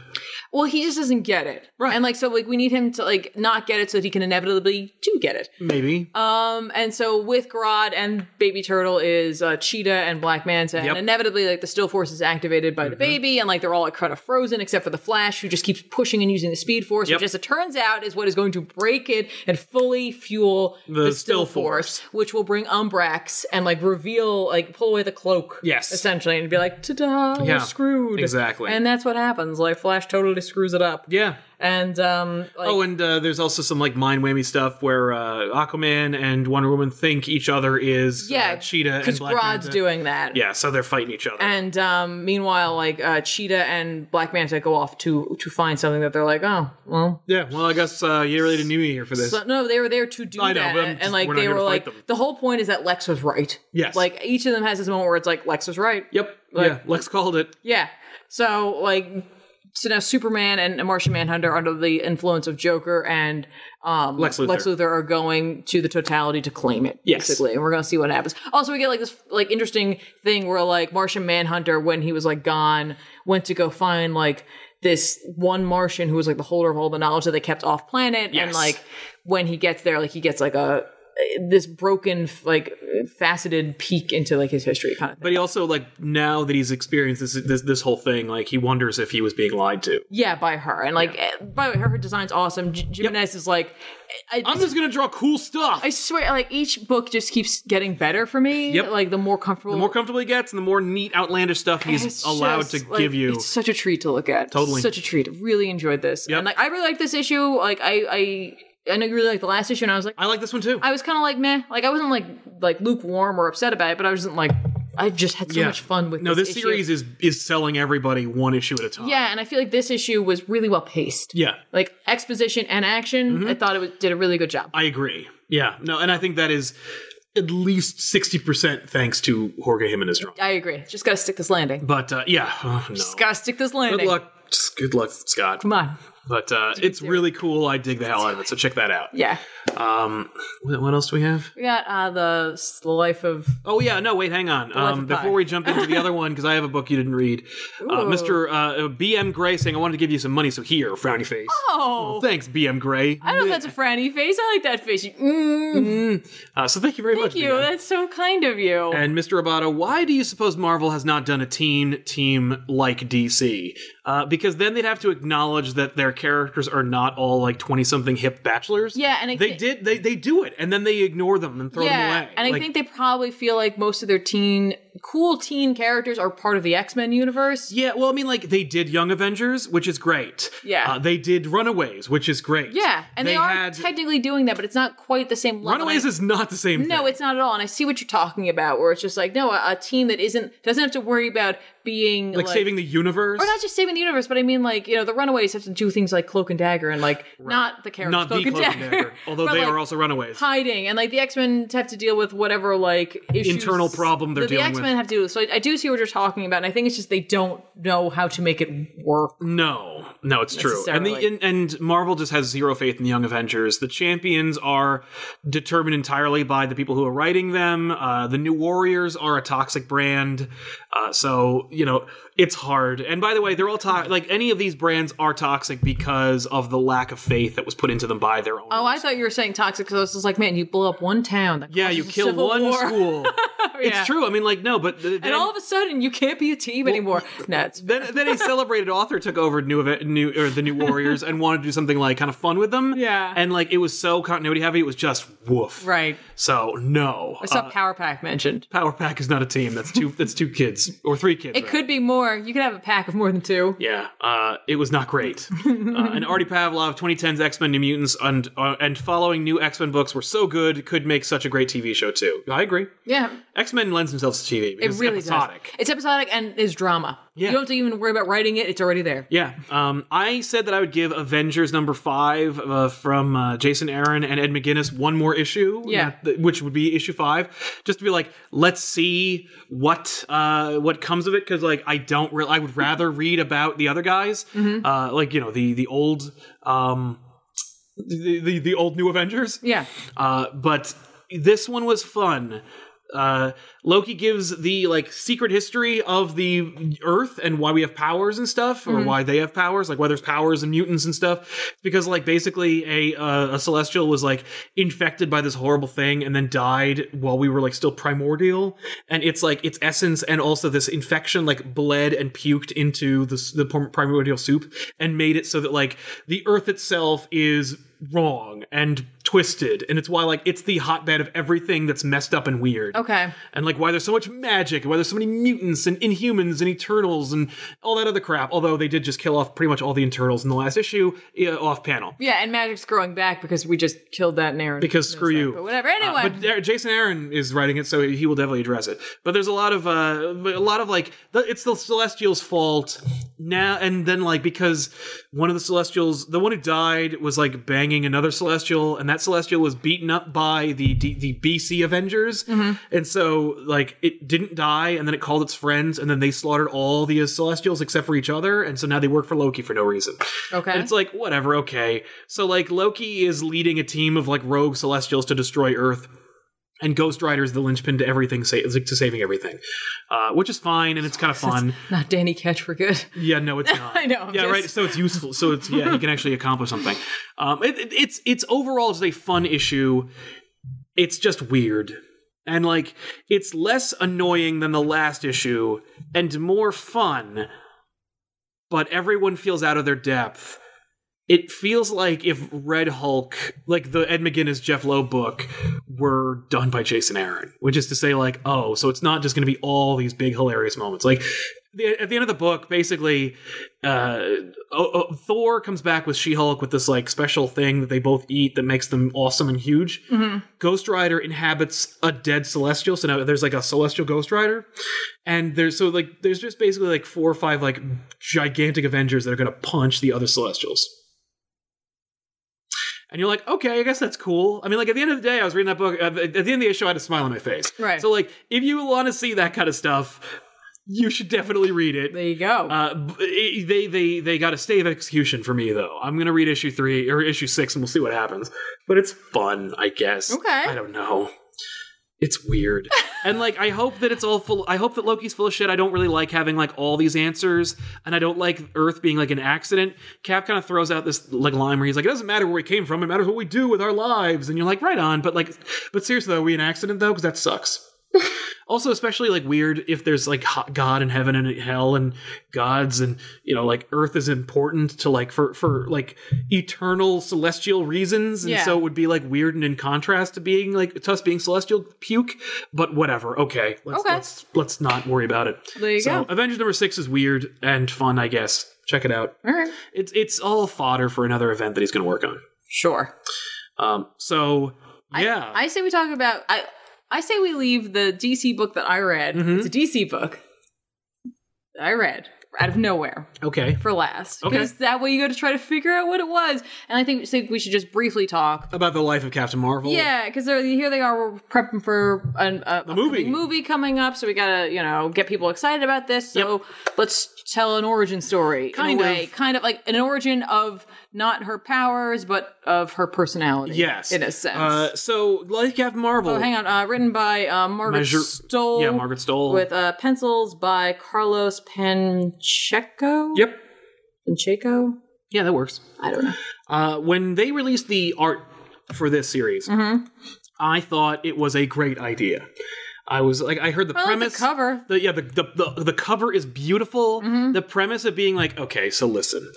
Speaker 5: Well, he just doesn't get it, right? And like, so like we need him to like not get it so that he can inevitably do get it.
Speaker 1: Maybe
Speaker 5: Um, and so with Grodd and Baby Turtle is uh, Cheetah and Black Manta,
Speaker 1: Yep. Mm-hmm.
Speaker 5: and inevitably like the Still Force is activated by the baby, and like they're all like, kind of frozen except for the Flash, who just keeps pushing and using the Speed Force,
Speaker 1: Yep.
Speaker 5: which as it turns out is what is going to break it and fully fuel the, Still,
Speaker 1: Still
Speaker 5: Force,
Speaker 1: Force.
Speaker 5: which will bring Umbrax and like reveal, like pull away the cloak,
Speaker 1: Yes.
Speaker 5: essentially, and be like, ta-da, we're
Speaker 1: Yeah,
Speaker 5: screwed,
Speaker 1: exactly.
Speaker 5: and that's what happens. Like Flash totally screws it up,
Speaker 1: yeah.
Speaker 5: and um, like,
Speaker 1: Oh, and uh, there's also some like mind whammy stuff where uh, Aquaman and Wonder Woman think each other is
Speaker 5: yeah,
Speaker 1: uh, Cheetah and
Speaker 5: because
Speaker 1: Black
Speaker 5: Grodd's
Speaker 1: Manta.
Speaker 5: doing that,
Speaker 1: Yeah, so they're fighting each other.
Speaker 5: And um, meanwhile, like uh, Cheetah and Black Manta go off to to find something that they're like, oh, well.
Speaker 1: yeah, well, I guess uh, you really didn't need me here for this.
Speaker 5: So, no, they were there to do
Speaker 1: I know,
Speaker 5: that,
Speaker 1: but I'm
Speaker 5: and,
Speaker 1: just-
Speaker 5: like
Speaker 1: we're not
Speaker 5: they
Speaker 1: here
Speaker 5: were
Speaker 1: to fight
Speaker 5: like
Speaker 1: them.
Speaker 5: the whole point is that Lex was right.
Speaker 1: yes,
Speaker 5: Like each of them has this moment where it's like Lex was right.
Speaker 1: yep,
Speaker 5: like-
Speaker 1: yeah, Lex called it.
Speaker 5: Yeah. So like, so now Superman and Martian Manhunter, under the influence of Joker and um,
Speaker 1: Lex Luthor.
Speaker 5: are going to the totality to claim it,
Speaker 1: Yes.
Speaker 5: basically, and we're going to see what happens. Also, we get like this like interesting thing where like Martian Manhunter, when he was like gone, went to go find like this one Martian who was like the holder of all the knowledge that they kept off planet, and
Speaker 1: Yes.
Speaker 5: like when he gets there, like he gets like a this broken like faceted peek into like his history kind of thing.
Speaker 1: But he also like now that he's experienced this, this this whole thing, like he wonders if he was being lied to.
Speaker 5: Yeah, by her. And like, eh, by the way, her, her design's awesome. J- Jimenez is like, I,
Speaker 1: I'm just gonna draw cool stuff.
Speaker 5: I swear, like each book just keeps getting better for me.
Speaker 1: Yep.
Speaker 5: Like the more comfortable,
Speaker 1: the more comfortable he gets, and the more neat, outlandish stuff he's
Speaker 5: It's
Speaker 1: allowed
Speaker 5: just,
Speaker 1: to
Speaker 5: like,
Speaker 1: give you.
Speaker 5: It's such a treat to look at.
Speaker 1: Totally.
Speaker 5: such a treat. Really enjoyed this.
Speaker 1: Yep.
Speaker 5: And like, I really like this issue. Like, I, I, I know you really like the last issue, and I was like,
Speaker 1: I like this one too.
Speaker 5: I was kind of like meh. Like I wasn't like like lukewarm or upset about it, but I was just like, I've just had so
Speaker 1: Yeah.
Speaker 5: much fun with
Speaker 1: no, this,
Speaker 5: this issue.
Speaker 1: series is is selling everybody one issue at a time.
Speaker 5: Yeah, and I feel like this issue was really well paced.
Speaker 1: yeah, Mm-hmm.
Speaker 5: Like exposition and action, I thought it was, did a really good job.
Speaker 1: I agree. Yeah, no, and I think that is at least sixty percent thanks to Jorge Jimenez. drawing.
Speaker 5: I agree. Just gotta stick this landing.
Speaker 1: But uh, yeah, oh, no.
Speaker 5: Just gotta stick this landing.
Speaker 1: good luck. just Good luck, Scott.
Speaker 5: Come on.
Speaker 1: But uh, it's really cool. I dig the hell out of it. So check that out.
Speaker 5: Yeah.
Speaker 1: Um, what what else do we have?
Speaker 5: We got uh, the s- the life of
Speaker 1: Oh yeah, no, wait, hang on.
Speaker 5: Life of
Speaker 1: Um,
Speaker 5: Pi.
Speaker 1: before we jump into the other one, because I have a book you didn't read, uh,
Speaker 5: Ooh.
Speaker 1: Mr. Uh, B.M. Gray saying, "I wanted to give you some money, so here, frowny face."
Speaker 5: oh.
Speaker 1: Thanks, B.M. Gray.
Speaker 5: I don't know if that's a franny face. I like that face. You- Mm,
Speaker 1: Uh, so thank you very much.
Speaker 5: thank you.
Speaker 1: B.M..
Speaker 5: That's so kind of you.
Speaker 1: And Mr. Abata, why do you suppose Marvel has not done a teen team like DC? Uh, because then they'd have to acknowledge that their characters are not all like twenty-something hip bachelors.
Speaker 5: Yeah, and I
Speaker 1: they
Speaker 5: thi-
Speaker 1: did. They they do it, and then they ignore them and throw them
Speaker 5: yeah,
Speaker 1: away.
Speaker 5: and I
Speaker 1: Like,
Speaker 5: think they probably feel like most of their teen, cool teen characters are part of the X Men universe.
Speaker 1: Yeah, well, I mean, like they did Young Avengers, which is great.
Speaker 5: Yeah.
Speaker 1: uh, they did Runaways, which is great.
Speaker 5: Yeah, and they, are technically doing that, but it's not quite the same level. And I-
Speaker 1: Runaways is not the same.
Speaker 5: No,
Speaker 1: thing.
Speaker 5: it's not at all. And I see what you're talking about, where it's just like, no, a, a team that isn't doesn't have to worry about being
Speaker 1: like, saving the universe.
Speaker 5: or not just saving the universe, but I mean like you know the Runaways have to do things like Cloak and Dagger and like not the characters
Speaker 1: Not
Speaker 5: Cloak
Speaker 1: the
Speaker 5: and
Speaker 1: Cloak and
Speaker 5: Dagger,
Speaker 1: Dagger, although
Speaker 5: but,
Speaker 1: they
Speaker 5: like,
Speaker 1: are also Runaways.
Speaker 5: hiding and like the X Men have to deal with whatever like issues
Speaker 1: Internal problem they're
Speaker 5: that the
Speaker 1: dealing
Speaker 5: X Men
Speaker 1: with.
Speaker 5: have to deal with. So I, I do see what you're talking about, and I think it's just they don't know how to make it work.
Speaker 1: No, no, it's true. And the
Speaker 5: Necessarily.
Speaker 1: and, and Marvel just has zero faith in the Young Avengers. The champions are determined entirely by the people who are writing them. Uh, the New Warriors are a toxic brand, uh, so you know it's hard. And by the way, they're all to- like any of these brands are toxic because of the lack of faith that was put into them by their own.
Speaker 5: Oh, I thought you were saying toxic because I was just like, man, you blow up one town. That
Speaker 1: yeah,
Speaker 5: causes
Speaker 1: you
Speaker 5: a
Speaker 1: kill
Speaker 5: civil
Speaker 1: one
Speaker 5: war.
Speaker 1: school.
Speaker 5: Yeah.
Speaker 1: It's true. I mean, like no, but th-
Speaker 5: And
Speaker 1: then-
Speaker 5: all of a sudden, you can't be a team anymore. No, it's
Speaker 1: then then a celebrated author took over new event, new or the new warriors and wanted to do something like kind of fun with them
Speaker 5: Yeah.
Speaker 1: and like it was so continuity heavy it was just woof
Speaker 5: right.
Speaker 1: so no
Speaker 5: I saw
Speaker 1: Uh,
Speaker 5: Power Pack mentioned.
Speaker 1: power pack is not a team that's two that's two kids or three kids
Speaker 5: It
Speaker 1: rather.
Speaker 5: could be more. You could have a pack of more than two.
Speaker 1: yeah, uh, it was not great. uh, and Artie Pavlov, 2010's X Men: New Mutants, and uh, and following new X Men books were so good, could make such a great TV show too. I agree.
Speaker 5: Yeah.
Speaker 1: X X Men lends themselves to TV.
Speaker 5: It
Speaker 1: Because
Speaker 5: really
Speaker 1: it's episodic.
Speaker 5: does. It's episodic and is drama.
Speaker 1: Yeah.
Speaker 5: You don't have to even worry about writing it; it's already there.
Speaker 1: Yeah, um, I said that I would give Avengers number five uh, from uh, Jason Aaron and Ed McGuinness one more issue,
Speaker 5: Yeah.
Speaker 1: that- which would be issue five, just to be like, let's see what uh, what comes of it, because like I don't really, I would rather read about the other guys, uh, like you know the the old um, the, the the old new Avengers,
Speaker 5: Yeah,
Speaker 1: uh, but this one was fun. Uh, Loki gives the like secret history of the Earth and why we have powers and stuff, or why they have powers, like why there's powers and mutants and stuff. It's because like basically a uh, a celestial was like infected by this horrible thing and then died while we were like still primordial, and it's like its essence and also this infection like bled and puked into the s- the prim- primordial soup and made it so that like the Earth itself is wrong and twisted and it's why like it's the hotbed of everything that's messed up and weird
Speaker 5: Okay.
Speaker 1: and like why there's so much magic and why there's so many mutants and inhumans and eternals and all that other crap although they did just kill off pretty much all the internals in the last issue uh, off panel
Speaker 5: yeah, and magic's growing back because we just killed that Naren.
Speaker 1: because screw you Uh,
Speaker 5: but whatever. Anyway,
Speaker 1: but there- Jason Aaron is writing it, so he will definitely address it. But there's a lot of uh, a lot of like the, it's the Celestials' fault now, and then like because one of the Celestials, the one who died, was like banging another Celestial, and that Celestial was beaten up by the D, the BC Avengers, and so like it didn't die, and then it called its friends, and then they slaughtered all the uh, Celestials except for each other, and so now they work for Loki for no reason.
Speaker 5: okay.
Speaker 1: And it's like, whatever, okay. So, like, Loki is leading a team of, like, rogue celestials to destroy Earth. And Ghost Rider is the linchpin to everything, sa- to saving everything, uh, which is fine and it's kind of fun.
Speaker 5: Not Danny Ketch for good.
Speaker 1: Yeah, no, it's not.
Speaker 5: I know, I'm
Speaker 1: Yeah,
Speaker 5: just-
Speaker 1: right. So it's useful. So it's yeah, you can actually accomplish something. Um, it, it- it's it's overall just a fun issue. It's just weird, and like it's less annoying than the last issue, and more fun. But everyone feels out of their depth. It feels like if Red Hulk, like the Ed McGuinness Jeff Lowe book, were done by Jason Aaron, which is to say, like, oh, so it's not just going to be all these big hilarious moments. Like the, at the end of the book, basically, uh, oh, oh, Thor comes back with She Hulk with this like special thing that they both eat that makes them awesome and huge. Ghost Rider inhabits a dead celestial, so now there's like a celestial Ghost Rider, and there's so like there's just basically like four or five like gigantic Avengers that are going to punch the other Celestials. And you're like, okay, I guess that's cool. I mean, like at the end of the day, I was reading that book. At the at the end of the issue, I had a smile on my face.
Speaker 5: Right.
Speaker 1: So like, if you want to see that kind of stuff, you should definitely read it.
Speaker 5: There you go.
Speaker 1: Uh, b- it- they they they got a stay of execution for me though. I'm gonna read issue three or issue six, and we'll see what happens. But it's fun, I guess.
Speaker 5: Okay.
Speaker 1: I don't know. It's weird, and like I hope that it's all full. I hope that Loki's full of shit. I don't really like having like all these answers, and I don't like Earth being like an accident. Cap kind of throws out this like line where he's like, "It doesn't matter where we came from; it matters what we do with our lives." And you're like, "Right on," but like, but seriously, though, are we an accident though? Because that sucks also especially like weird if there's like hot god and heaven and hell and gods and you know like earth is important to like for for like eternal celestial reasons and
Speaker 5: Yeah.
Speaker 1: so it would be like weird and in contrast to being like to us being celestial puke but whatever okay let's
Speaker 5: Okay.
Speaker 1: let's let's not worry about it
Speaker 5: There you
Speaker 1: so
Speaker 5: go.
Speaker 1: avengers number six is weird and fun i guess check it out
Speaker 5: All right.
Speaker 1: it's it's all fodder for another event that he's going to work on
Speaker 5: Sure.
Speaker 1: um so yeah
Speaker 5: I say we talk about. I I say we leave the DC book that I read.
Speaker 1: Mhm.
Speaker 5: It's a DC book. that I read out of nowhere
Speaker 1: okay
Speaker 5: for last
Speaker 1: Okay.
Speaker 5: because that way you got to try to figure out what it was. And I think so we should just briefly talk.
Speaker 1: about the life of captain marvel
Speaker 5: Yeah, because here they are. We're prepping for an, a
Speaker 1: A movie.
Speaker 5: upcoming movie coming up, so we gotta you know get people excited about this. So let's tell an origin story,
Speaker 1: Kind
Speaker 5: in a way,
Speaker 1: of.
Speaker 5: kind of like an origin of not her powers, but of her personality.
Speaker 1: Yes.
Speaker 5: in a sense.
Speaker 1: Uh, so, like Captain Marvel.
Speaker 5: Oh, hang on. Uh, written by uh, Margaret
Speaker 1: Measure-
Speaker 5: Stoll.
Speaker 1: Yeah, Margaret Stoll.
Speaker 5: With uh, pencils by Carlos Pancheco.
Speaker 1: yep.
Speaker 5: Pancheco.
Speaker 1: Yeah, that works.
Speaker 5: I don't know.
Speaker 1: Uh, when they released the art for this series,
Speaker 5: Mm-hmm.
Speaker 1: I thought it was a great idea. I was like, I heard the
Speaker 5: I like
Speaker 1: premise.
Speaker 5: the cover. Mm-hmm.
Speaker 1: The, yeah, the, the, the, the cover is beautiful. The premise of being like, okay, so listen,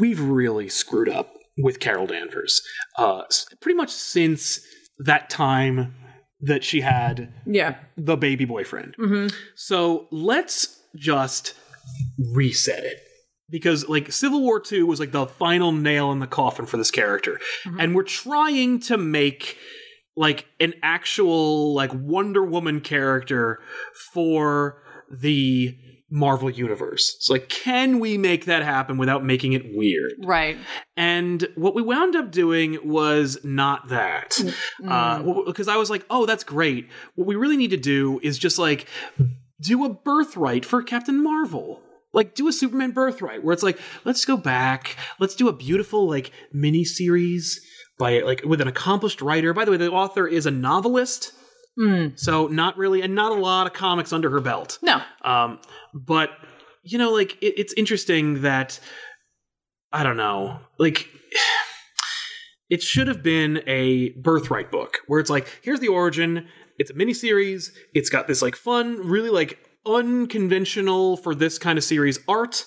Speaker 1: we've really screwed up with Carol Danvers. Uh, s- pretty much since that time that she had
Speaker 5: Yeah.
Speaker 1: the baby boyfriend. So let's just reset it. Because like Civil War II was like the final nail in the coffin for this character. And we're trying to make like an actual like Wonder Woman character for the Marvel universe. It's like can we make that happen without making it weird?
Speaker 5: Right.
Speaker 1: And what we wound up doing was not that. Uh, Because I was like, oh, that's great. What we really need to do is just like do a birthright for Captain Marvel. Like do a Superman birthright where it's like, let's go back, let's do a beautiful like mini series by like with an accomplished writer. By the way, the author is a novelist. So not really and not a lot of comics under her belt.
Speaker 5: Hmm. No.
Speaker 1: Um, but you know, like it, it's interesting that I don't know, like it should have been a birthright book where it's like, here's the origin. It's a miniseries. It's got this like fun, really like unconventional for this kind of series art.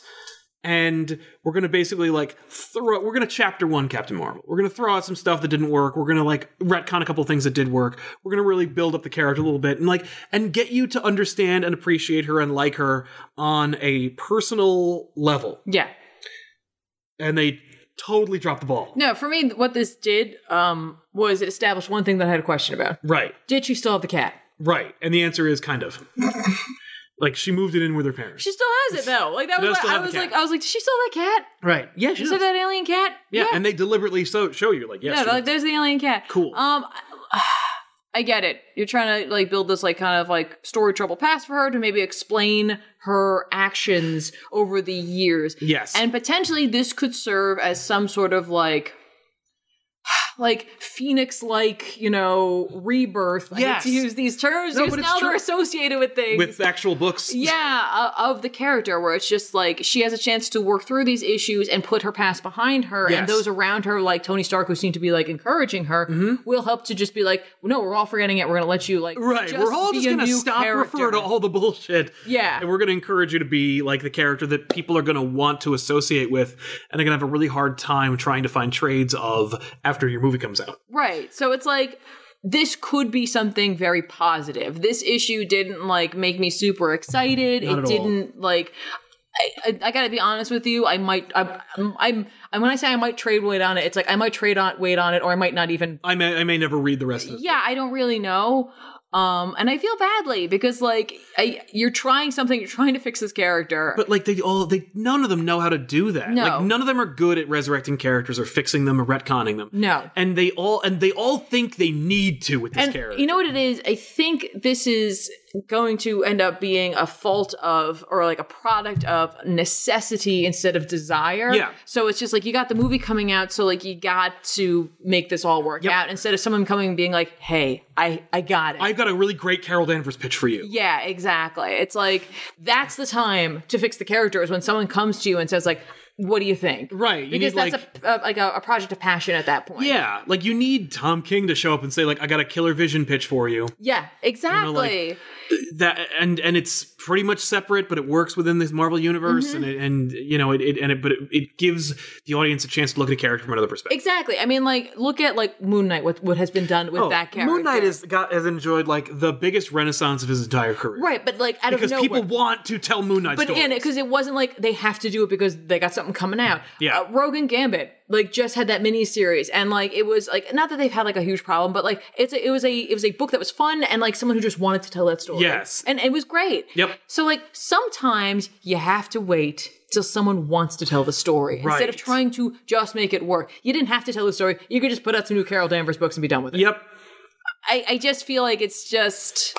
Speaker 1: And we're gonna basically like throw. We're gonna chapter one Captain Marvel. We're gonna throw out some stuff that didn't work. We're gonna like retcon a couple things that did work. We're gonna really build up the character a little bit and like and get you to understand and appreciate her and like her on a personal level
Speaker 5: Yeah.
Speaker 1: and they totally dropped the ball.
Speaker 5: No, for me, what this did um, was it established one thing that I had a question about.
Speaker 1: Right,
Speaker 5: Did she still have the cat?
Speaker 1: right. And the answer is kind of. like she moved it in with her parents.
Speaker 5: She still has it though. Like that
Speaker 1: She does
Speaker 5: was. What,
Speaker 1: still
Speaker 5: I
Speaker 1: have the
Speaker 5: was
Speaker 1: cat.
Speaker 5: like, I was like, did she still have that cat?
Speaker 1: right. Yeah, she
Speaker 5: Is that
Speaker 1: does.
Speaker 5: that alien cat?
Speaker 1: Yeah, and they deliberately so show you like yes.
Speaker 5: no,
Speaker 1: she
Speaker 5: like
Speaker 1: does.
Speaker 5: there's the alien cat.
Speaker 1: Cool.
Speaker 5: Um, I get it. You're trying to like build this like kind of like story trouble past for her to maybe explain her actions over the years.
Speaker 1: yes.
Speaker 5: And potentially this could serve as some sort of like like phoenix like, you know, rebirth. I hate
Speaker 1: Yes.
Speaker 5: to use these terms
Speaker 1: No,
Speaker 5: because
Speaker 1: but it's
Speaker 5: now they're
Speaker 1: true.
Speaker 5: associated with things.
Speaker 1: with actual books.
Speaker 5: yeah, o- of the character where it's just like she has a chance to work through these issues and put her past behind her
Speaker 1: Yes.
Speaker 5: and those around her like Tony Stark who seem to be like encouraging her
Speaker 1: Mm-hmm.
Speaker 5: will help to just be like no, we're all forgetting it. We're going to let you like
Speaker 1: Right. we're all
Speaker 5: be
Speaker 1: just
Speaker 5: a
Speaker 1: gonna
Speaker 5: new
Speaker 1: stop refer
Speaker 5: character."
Speaker 1: to all the bullshit.
Speaker 5: Yeah.
Speaker 1: And we're gonna encourage you to be like the character that people are gonna want to associate with, and they're gonna have a really hard time trying to find trades of after your movie comes out.
Speaker 5: Right. So it's like this could be something very positive. This issue didn't like make me super excited.
Speaker 1: Not
Speaker 5: it
Speaker 1: at all.
Speaker 5: didn't like I, I, I gotta be honest with you. I might. I'm, I'm. I'm. When I say I might trade weight on it, it's like I might trade on weight on it, or I might not even.
Speaker 1: I may I may never read the rest of it.
Speaker 5: Yeah, I don't really know. Um, and I feel badly because like I, you're trying something. You're trying to fix this character.
Speaker 1: But like they all they none of them know how to do that.
Speaker 5: No.
Speaker 1: Like none of them are good at resurrecting characters or fixing them or retconning them.
Speaker 5: No.
Speaker 1: And they all and they all think they need to with this
Speaker 5: and
Speaker 1: character.
Speaker 5: you know what it is i think this is going to end up being a fault of or like a product of necessity instead of desire
Speaker 1: Yeah.
Speaker 5: so it's just like you got the movie coming out so like you got to make this all work
Speaker 1: Yep.
Speaker 5: out instead of someone coming and being like hey i i got it
Speaker 1: I've got a really great Carol Danvers pitch for you.
Speaker 5: yeah, exactly. It's like that's the time to fix the character is when someone comes to you and says like, "What do you think?"
Speaker 1: Right, you
Speaker 5: because
Speaker 1: need,
Speaker 5: that's a, a like a, a project of passion at that point.
Speaker 1: Yeah, like you need Tom King to show up and say like I got a killer vision pitch for you. know,
Speaker 5: yeah,
Speaker 1: like-
Speaker 5: exactly.
Speaker 1: That and and it's pretty much separate, but it works within this Marvel universe
Speaker 5: Mm-hmm.
Speaker 1: and it, and you know it, it and it but it, it gives the audience a chance to look at a character from another perspective.
Speaker 5: Exactly. I mean, like, look at like Moon Knight. What what has been done with
Speaker 1: Oh,
Speaker 5: that character?
Speaker 1: Moon Knight has got has enjoyed like the biggest renaissance of his entire career.
Speaker 5: right, but like out
Speaker 1: because
Speaker 5: of nowhere.
Speaker 1: people want to tell Moon Knight
Speaker 5: but
Speaker 1: stories.
Speaker 5: in it, because it wasn't like they have to do it because they got something coming out.
Speaker 1: Yeah.
Speaker 5: uh, Rogan Gambit like just had that mini series, and like it was like not that they've had like a huge problem, but like it's a, it was a it was a book that was fun and like someone who just wanted to tell that story.
Speaker 1: Yes.
Speaker 5: and it was great.
Speaker 1: Yep.
Speaker 5: So like sometimes you have to wait till someone wants to tell the story instead of
Speaker 1: Right.
Speaker 5: trying to just make it work. You didn't have to tell the story. You could just put out some new Carol Danvers books and be done with it.
Speaker 1: Yep.
Speaker 5: I, I just feel like it's just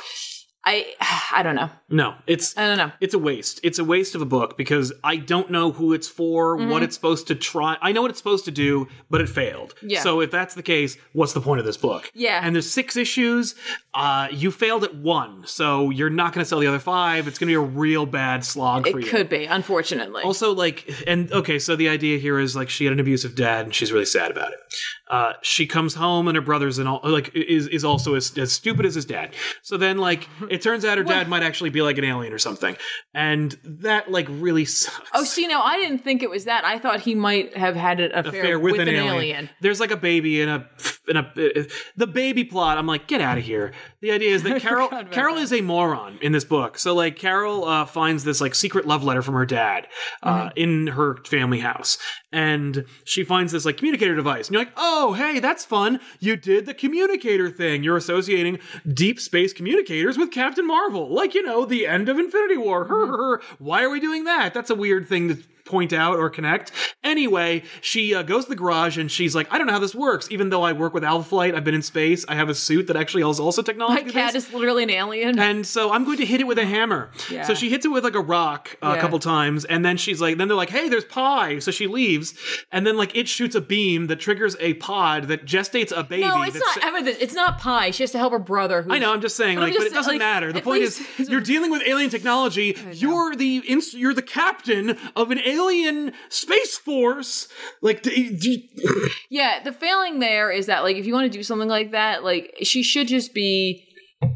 Speaker 5: I I don't know.
Speaker 1: No, it's
Speaker 5: I don't know.
Speaker 1: it's a waste. It's a waste of a book because I don't know who it's for,
Speaker 5: Mm-hmm.
Speaker 1: what it's supposed to try. I know what it's supposed to do, but it failed.
Speaker 5: Yeah.
Speaker 1: So if that's the case, what's the point of this book?
Speaker 5: Yeah.
Speaker 1: And there's six issues. Uh, you failed at one, so you're not going to sell the other five. It's going to be a real bad slog for
Speaker 5: It
Speaker 1: you.
Speaker 5: could be, unfortunately.
Speaker 1: Also, like, and okay, so the idea here is like she had an abusive dad, and she's really sad about it. Uh, she comes home, and her brother's and all like is is also as, as stupid as his dad. So then, like, it turns out her dad might actually be like an alien or something, and that like really sucks.
Speaker 5: oh, see, now I didn't think it was that. I thought he might have had an affair,
Speaker 1: Affair
Speaker 5: with, an, alien.
Speaker 1: There's like a baby and a and a the baby plot. I'm like, get out of here. the idea is that Carol
Speaker 5: forgot about
Speaker 1: Carol
Speaker 5: that.
Speaker 1: is a moron in this book. So like Carol uh, finds this like secret love letter from her dad
Speaker 5: Mm-hmm.
Speaker 1: uh, in her family house, and she finds this like communicator device. And you're like, oh hey, that's fun. You did the communicator thing. You're associating deep space communicators with Captain Marvel, like you know the end of Infinity War. Her,
Speaker 5: Mm-hmm.
Speaker 1: her, her. Why are we doing that? That's a weird thing to point out or connect. Anyway, she uh, goes to the garage and she's like, I don't know how this works. Even though I work with Alpha Flight, I've been in space. I have a suit that actually is also technology.
Speaker 5: My
Speaker 1: based."
Speaker 5: cat is literally an alien.
Speaker 1: and so I'm going to hit it with a hammer.
Speaker 5: Yeah.
Speaker 1: So she hits it with like a rock uh, a
Speaker 5: Yeah.
Speaker 1: couple times, and then she's like, then they're like, hey, there's pie. So she leaves, and then like it shoots a beam that triggers a pod that gestates a baby.
Speaker 5: no, it's
Speaker 1: that's-
Speaker 5: not. Evan, it's not pie. She has to help her brother. Who's,
Speaker 1: I know. I'm just saying,
Speaker 5: But I'm
Speaker 1: like,
Speaker 5: just
Speaker 1: but it
Speaker 5: saying,
Speaker 1: doesn't
Speaker 5: like,
Speaker 1: matter. The
Speaker 5: at
Speaker 1: point
Speaker 5: least-
Speaker 1: is, you're dealing with alien technology. You're the inst- you're the captain of an alien space force. Like, d- d-
Speaker 5: Yeah, the failing there is that like if you want to do something like that, like she should just be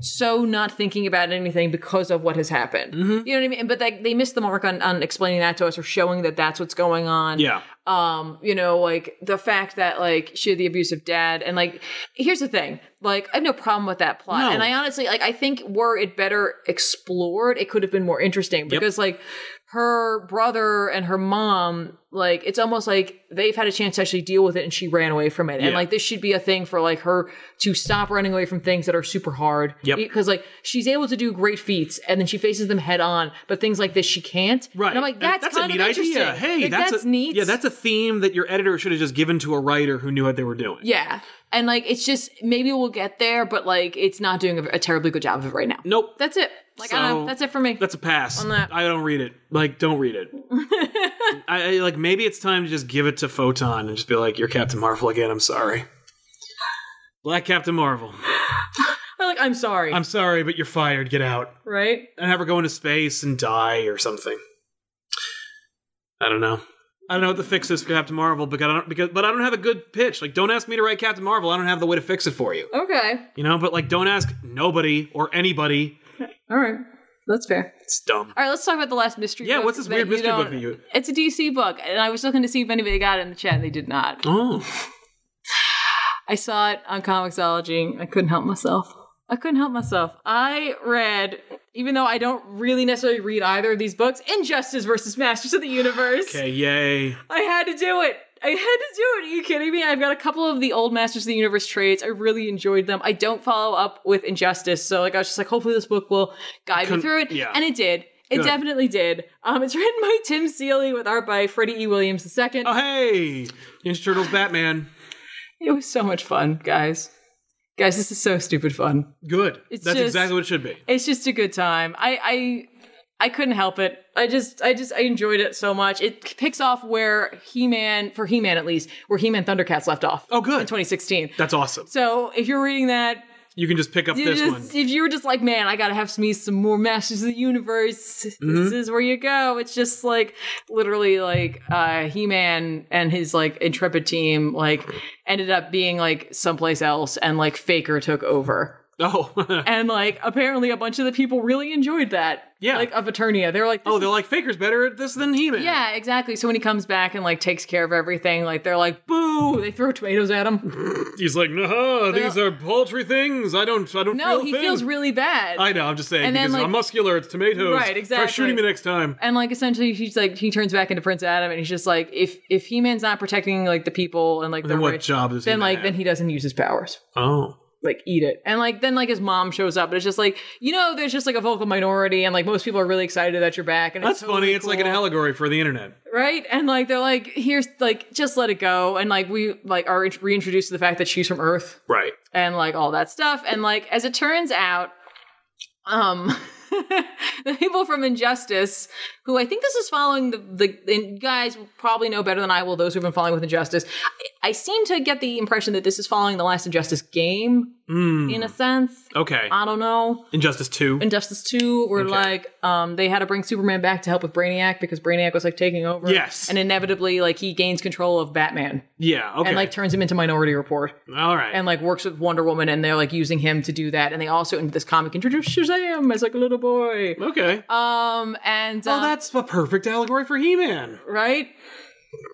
Speaker 5: so not thinking about anything because of what has happened.
Speaker 1: Mm-hmm.
Speaker 5: You know what I mean? But like they missed the mark on, on explaining that to us or showing that that's what's going on.
Speaker 1: yeah,
Speaker 5: Um, you know, like the fact that like she had the abusive dad and like here's the thing. Like I have no problem with that plot.
Speaker 1: No.
Speaker 5: And I honestly like I think were it better explored, it could have been more interesting because like her brother and her mom, like it's almost like they've had a chance to actually deal with it and she ran away from it. And
Speaker 1: Yeah.
Speaker 5: like this should be a thing for like her to stop running away from things that are super hard.
Speaker 1: Yep.
Speaker 5: Because like she's able to do great feats and then she faces them head on, but things like this she can't.
Speaker 1: right.
Speaker 5: And I'm like,
Speaker 1: And
Speaker 5: that's, kind
Speaker 1: a neat
Speaker 5: of interesting.
Speaker 1: idea. Hey,
Speaker 5: Like,
Speaker 1: that's, a,
Speaker 5: neat.
Speaker 1: Yeah, that's a theme that your editor should have just given to a writer who knew what they were doing.
Speaker 5: Yeah. And like it's just maybe we'll get there, but like it's not doing a, a terribly good job of it right now.
Speaker 1: Nope,
Speaker 5: That's it. Like I don't
Speaker 1: So-
Speaker 5: know. That's it for me.
Speaker 1: that's a pass.
Speaker 5: On that.
Speaker 1: I don't read it. Like, don't read it. I, I like maybe it's time to just give it to Photon and just be like, you're Captain Marvel again. I'm sorry. Black Captain Marvel.
Speaker 5: I'm like I'm sorry.
Speaker 1: I'm sorry, but you're fired. Get out.
Speaker 5: right?
Speaker 1: and have her go into space and die or something. I don't know. I don't know what the fix is for Captain Marvel, but I don't because but I don't have a good pitch. Like, don't ask me to write Captain Marvel. I don't have the way to fix it for you.
Speaker 5: Okay.
Speaker 1: You know, but like, don't ask nobody or anybody.
Speaker 5: All right. That's fair.
Speaker 1: It's dumb.
Speaker 5: All right, let's talk about the last mystery
Speaker 1: Yeah,
Speaker 5: book
Speaker 1: what's this
Speaker 5: that
Speaker 1: weird
Speaker 5: you
Speaker 1: mystery book
Speaker 5: don't-
Speaker 1: that you-
Speaker 5: It's a DC book, and I was looking to see if anybody got it in the chat, and they did not.
Speaker 1: Oh,
Speaker 5: I saw it on Comixology. I couldn't help myself. I couldn't help myself. I read, even though I don't really necessarily read either of these books, Injustice versus Masters of the Universe.
Speaker 1: okay, yay!
Speaker 5: I had to do it. I had to do it. Are you kidding me? I've got a couple of the old Masters of the Universe trades. I really enjoyed them. I don't follow up with Injustice, so like I was just like, hopefully this book will guide
Speaker 1: Con-
Speaker 5: me through it,
Speaker 1: yeah.
Speaker 5: and it did. It
Speaker 1: Good.
Speaker 5: definitely did. Um, it's written by Tim Seeley with art by Freddie E. Williams II.
Speaker 1: Oh, hey, Ninja Turtles, Batman.
Speaker 5: It was so much fun, guys. Guys, this is so stupid fun.
Speaker 1: Good.
Speaker 5: It's
Speaker 1: That's
Speaker 5: just-
Speaker 1: exactly what it should be.
Speaker 5: it's just a good time. I I I couldn't help it. I just I just I enjoyed it so much. It picks off where He-Man for He-Man at least, where He-Man Thundercats left off.
Speaker 1: Oh, good.
Speaker 5: In 2016.
Speaker 1: That's awesome.
Speaker 5: So if you're reading that,
Speaker 1: You can just pick up
Speaker 5: you
Speaker 1: this
Speaker 5: just-
Speaker 1: one.
Speaker 5: if you were just like, man, I gotta have some- me some more Masters of the Universe, this
Speaker 1: Mm-hmm.
Speaker 5: is where you go. It's just like literally like uh He-Man and his like intrepid team like ended up being like someplace else and like Faker took over.
Speaker 1: Oh,
Speaker 5: And like apparently a bunch of the people really enjoyed that.
Speaker 1: Yeah.
Speaker 5: Like of Eternia. They were like,
Speaker 1: oh, they're like Faker's better at this than He-Man.
Speaker 5: yeah, exactly. So when he comes back and like takes care of everything, like they're like, boo, they throw tomatoes at him.
Speaker 1: He's like, nah, these are paltry things. I don't, I don't.
Speaker 5: No,
Speaker 1: feel
Speaker 5: he
Speaker 1: things.
Speaker 5: feels really bad.
Speaker 1: I know. I'm just saying
Speaker 5: And then,
Speaker 1: because
Speaker 5: like-
Speaker 1: I'm muscular. It's tomatoes.
Speaker 5: Right,
Speaker 1: Try shooting
Speaker 5: exactly.
Speaker 1: me next time.
Speaker 5: and like essentially he's like he turns back into Prince Adam and he's just like if if He Man's not protecting like the people and like
Speaker 1: Then
Speaker 5: the
Speaker 1: what
Speaker 5: rich
Speaker 1: job does
Speaker 5: then
Speaker 1: he
Speaker 5: like
Speaker 1: have?
Speaker 5: then he doesn't use his powers.
Speaker 1: Oh,
Speaker 5: Like eat it. And like then like his mom shows up and it's just like, you know, there's just like a vocal minority and like most people are really excited that you're back and
Speaker 1: that's
Speaker 5: it's totally
Speaker 1: funny. It's like an
Speaker 5: cool.
Speaker 1: allegory for the internet.
Speaker 5: right and like they're like here's like just let it go and like we like are reintroduced to the fact that she's from earth
Speaker 1: Right.
Speaker 5: and like all that stuff and like as it turns out um the people from injustice who i think this is following the the and you guys will probably know better than i will those who've been following with injustice i, I seem to get the impression that this is following the last injustice game
Speaker 1: Hmm.
Speaker 5: in a sense
Speaker 1: Okay.
Speaker 5: i don't know
Speaker 1: Injustice Two.
Speaker 5: Injustice 2 were like um they had to bring Superman back to help with Brainiac because Brainiac was like taking over.
Speaker 1: Yes.
Speaker 5: And inevitably like he gains control of Batman
Speaker 1: yeah. Okay.
Speaker 5: and like turns him into Minority Report
Speaker 1: All right.
Speaker 5: and like works with Wonder Woman and they're like using him to do that and they also in this comic introduce Shazam as like a little boy.
Speaker 1: okay.
Speaker 5: Um and
Speaker 1: oh,
Speaker 5: uh,
Speaker 1: that's a perfect allegory for He-Man.
Speaker 5: right?